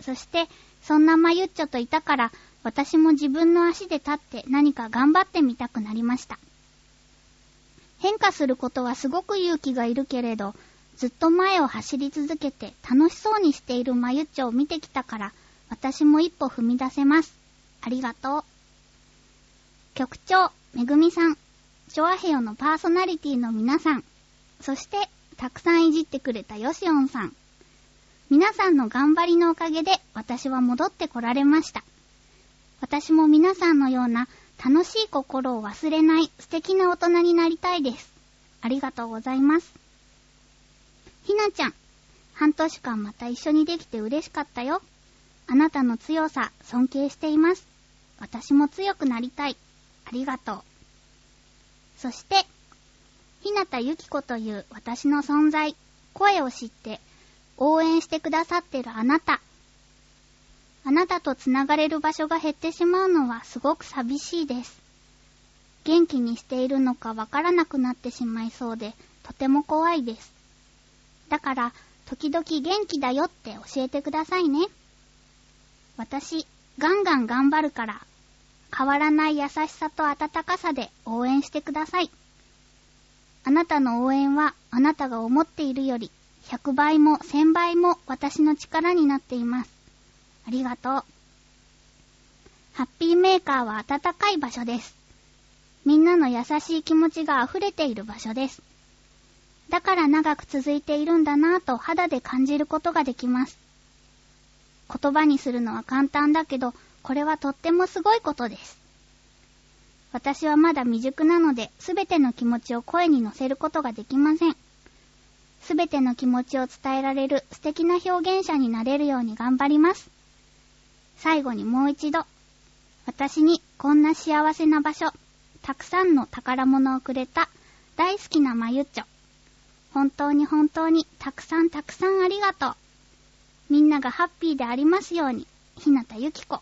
う。そして、そんなまゆっちょといたから、私も自分の足で立って何か頑張ってみたくなりました。変化することはすごく勇気がいるけれど、ずっと前を走り続けて楽しそうにしているまゆっちょを見てきたから、私も一歩踏み出せます。ありがとう。局長、めぐみさん、ショアヘヨのパーソナリティの皆さん、そして、たくさんいじってくれたヨシオンさん。皆さんの頑張りのおかげで、私は戻ってこられました。私も皆さんのような、楽しい心を忘れない素敵な大人になりたいです。ありがとうございます。ひなちゃん、半年間また一緒にできて嬉しかったよ。あなたの強さ、尊敬しています。私も強くなりたい。ありがとう。そして、日向ゆき子という私の存在、声を知って、応援してくださってるあなた。あなたとつながれる場所が減ってしまうのはすごく寂しいです。元気にしているのかわからなくなってしまいそうで、とても怖いです。だから、時々元気だよって教えてくださいね。私、ガンガン頑張るから、変わらない優しさと温かさで応援してください。あなたの応援は、あなたが思っているより、100倍も1000倍も私の力になっています。ありがとう。ハッピーメーカーは温かい場所です。みんなの優しい気持ちが溢れている場所です。だから長く続いているんだなぁと肌で感じることができます。言葉にするのは簡単だけど、これはとってもすごいことです。私はまだ未熟なので、すべての気持ちを声に乗せることができません。すべての気持ちを伝えられる素敵な表現者になれるように頑張ります。最後にもう一度、私にこんな幸せな場所、たくさんの宝物をくれた大好きなまゆっちょ。本当に本当にたくさんたくさんありがとう。みんながハッピーでありますように、ひなたゆきこ。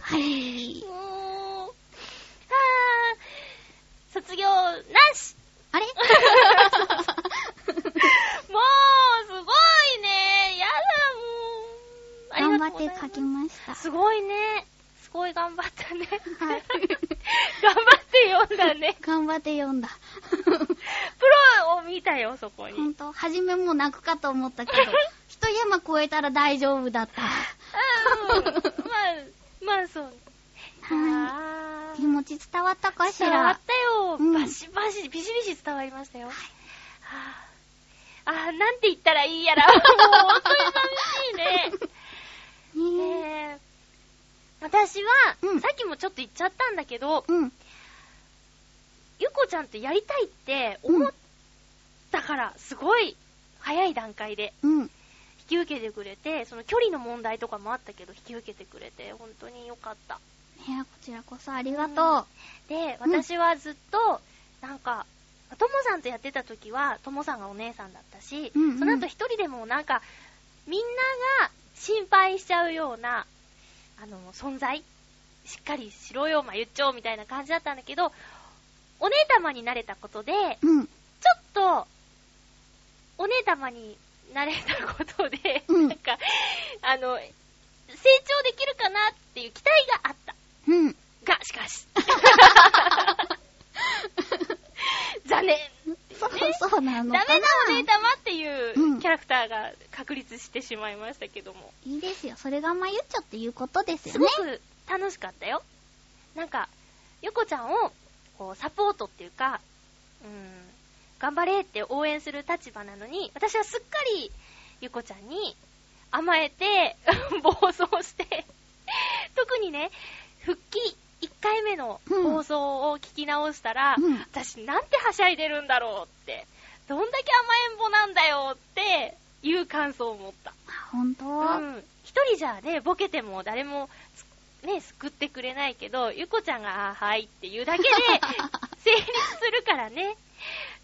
はい。もう、あー、卒業な し あれもう、すごいね。やだ、もう。頑張って書きまました。すごいね。すごい頑張ったね。はい 頑張って読んだね。頑張って読んだ。プロを見たよ、そこに。ほんと、初めもう泣くかと思ったけど、 一山越えたら大丈夫だった。うんまあ、まあそう。はあーい。気持ち伝わったかし伝わっら。うたんよ。バシバシ、ビシビシ伝わりましたよ。はあ、あーなんて言ったらいいやら。も う本当に寂しいね。ね ねえ。え私は、うんさっきもちょっと言っちゃったんだけど、うん。ゆこちゃんとやりたいって思ったから、すごい早い段階でうん。引き受けてくれて、その距離の問題とかもあったけど、引き受けてくれて、本当によかった。いや、こちらこそありがとで、うん私はずっと、なんか、ともさんとやってた時は、ともさんがお姉さんだったし、うんうんその後一人でもなんか、みんなが心配しちゃうような、あの、存在しっかりしろよ、まあ、言っちゃおうみたいな感じだったんだけど、お姉様になれたことで、ちょっう。うん。と、お姉様になれたことで、うんなんか、あの、成長できるかなっていう期待があった。うん。が、しかし。 残念。そう、そうなのダメかなな。お姉様っていううんキャラクターが確立してしまいましたけども。いいですよ。それがまゆっちょっていうことですすよごね。く楽しかったよ。なんか、ゆこちゃんを、こう、サポートっていうか、うん、頑張れって応援する立場なのに、私はすっかり、ゆこちゃんに甘えて、 暴走して、 特にね、復帰1回目の放送を聞き直したら、うん私なんてはしゃいでるんだろうって、どんだけ甘えん坊なんだよっていう感想を持った。あ、ほんとうん一人じゃね、ボケても誰もつ、ね、救ってくれないけど、ゆこちゃんが、あーはいっていうだけ で、成立するからね。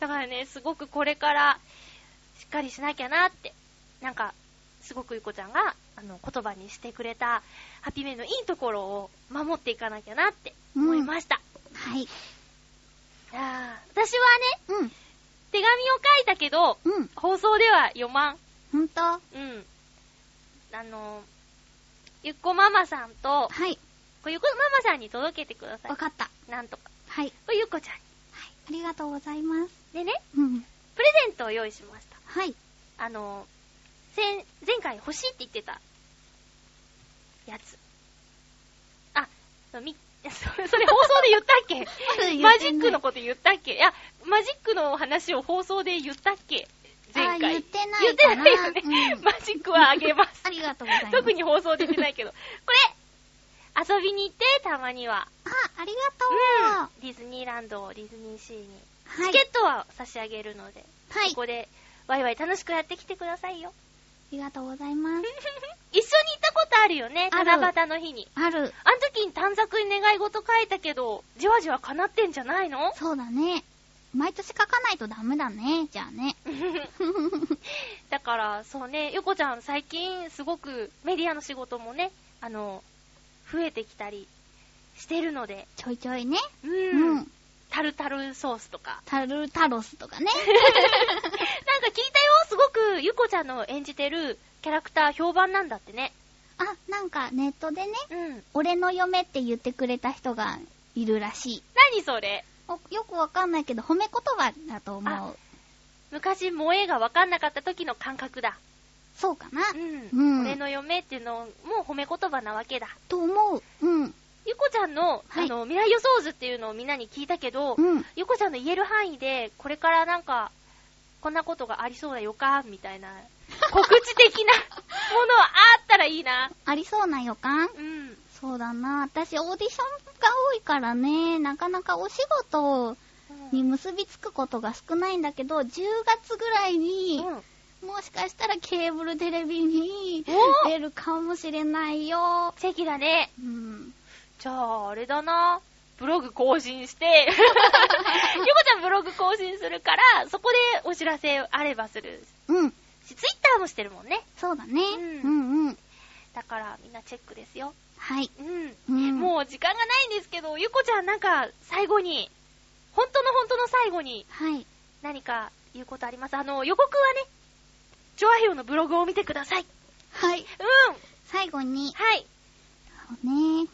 だからね、すごくこれから、しっかりしなきゃなって。なんか、すごくゆこちゃんが、あの、言葉にしてくれた、ハピメのいいところを守っていかなきゃなって思いました。はい。あー私はね、うん。手紙を書いたけど、うん。放送では読まん。ほんとはうん。あの、ゆっこママさんと、い。これゆっこママさんに届けてくださわかった。い。なんとか。はい。これゆっこちゃんはい。ありがとうございます。に。でね、うん。プレゼントを用意しました。はい。あの、前、前回欲しいって言ってた、やつ。あ、そうみ、 それ、それ放送で言ったっけマジックのこと言ったっけいや、マジックの話を放送で言ったっけ前あ回。言ってない言ってかないなよね。うんマジックはあげます。ありがとうございま す。特に放送で出てないけど。これ遊びに行って、たまには。あ、ありがうとん。ディズニーランド、ディズニーシーにはい。チケットは差し上げるので、はいこ。こで、ワイワイ楽しくやってきてください よ。ありがとうございます。一緒に行ったことあるよね、ある七夕の日に。ある。あの時に短冊に願い事書いたけど、じわじわ叶ってんじゃないのそうだね。毎年書かないとダメだね。じゃあね。だから、そうね、ゆこちゃん最近すごくメディアの仕事もね、あの、増えてきたりしてるので、ちょいちょいね。う、うんん。タルタルソースとか。タルタロスと かね。なんか聞いたよ、すごくゆこちゃんの演じてるキャラクター評判なんだってね。あ、なんかネットでね、うん。俺の嫁って言ってくれた人がいるらしい。何それおよくわかんないけど、褒め言葉だと思あう。昔萌えが分かんなかった時の感覚だ。そうかな、う。うんん俺の嫁っていうのも褒め言葉なわけだ。と思う。うん。ゆこちゃんの、はいあの、未来予想図っていうのをみんなに聞いたけど、うん。ゆこちゃんの言える範囲で、これからなんか、こんなことがありそうだ予感みたいな、告知的なものはあったらいいな。ありそうな予感うん。そうだな。私、オーディションが多いからね、なかなかお仕事に結びつくことが少ないんだけど、10月ぐらいに、うんもしかしたらケーブルテレビにおー出るかもしれないよ。奇跡だね。うん。じゃあ、あれだな。ブログ更新 して、ゆこちゃんブログ更新するから、そこでお知らせあればするうん。し、ツイッターもしてるもんね。そうだね。ううんん、うん、だから、みんなチェックですよ。はい。うん。うん。う。もう時間がないんですけど、ゆこちゃんなんか、最後に、本当の本当の最後に、はい。何か言うことありますあの、予告はね、ジョアヘヨのブログを見てください。はい。うん。最後に、はい。そうね。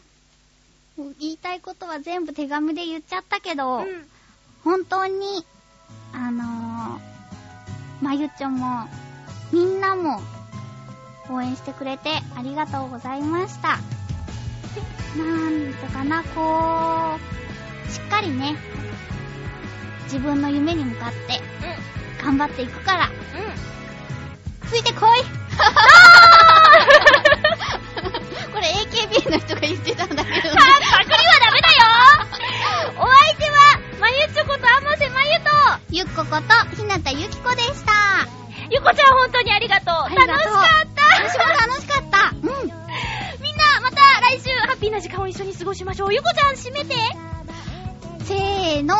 もう言いたいことは全部手紙で言っちゃったけど、う ん。本当に、あのー、まゆちょも、みんなも、応援してくれてありがとうございました。なんとかな、こう、しっかりね、自分の夢に向かって頑張っていくから、うん。うん。ついてこい これ AKB の人が言ってたんだけど、ね、パクリはダメだよ お相手は、まゆっちょことあませまゆと、ゆっここと、ひなたゆきこでした。ゆこちゃん本当にありがとう。あり楽がしとうかった私も楽しかった。 うん。みんな、また来週、ハッピーな時間を一緒に過ごしましょう。ゆこちゃん、閉めてせーの。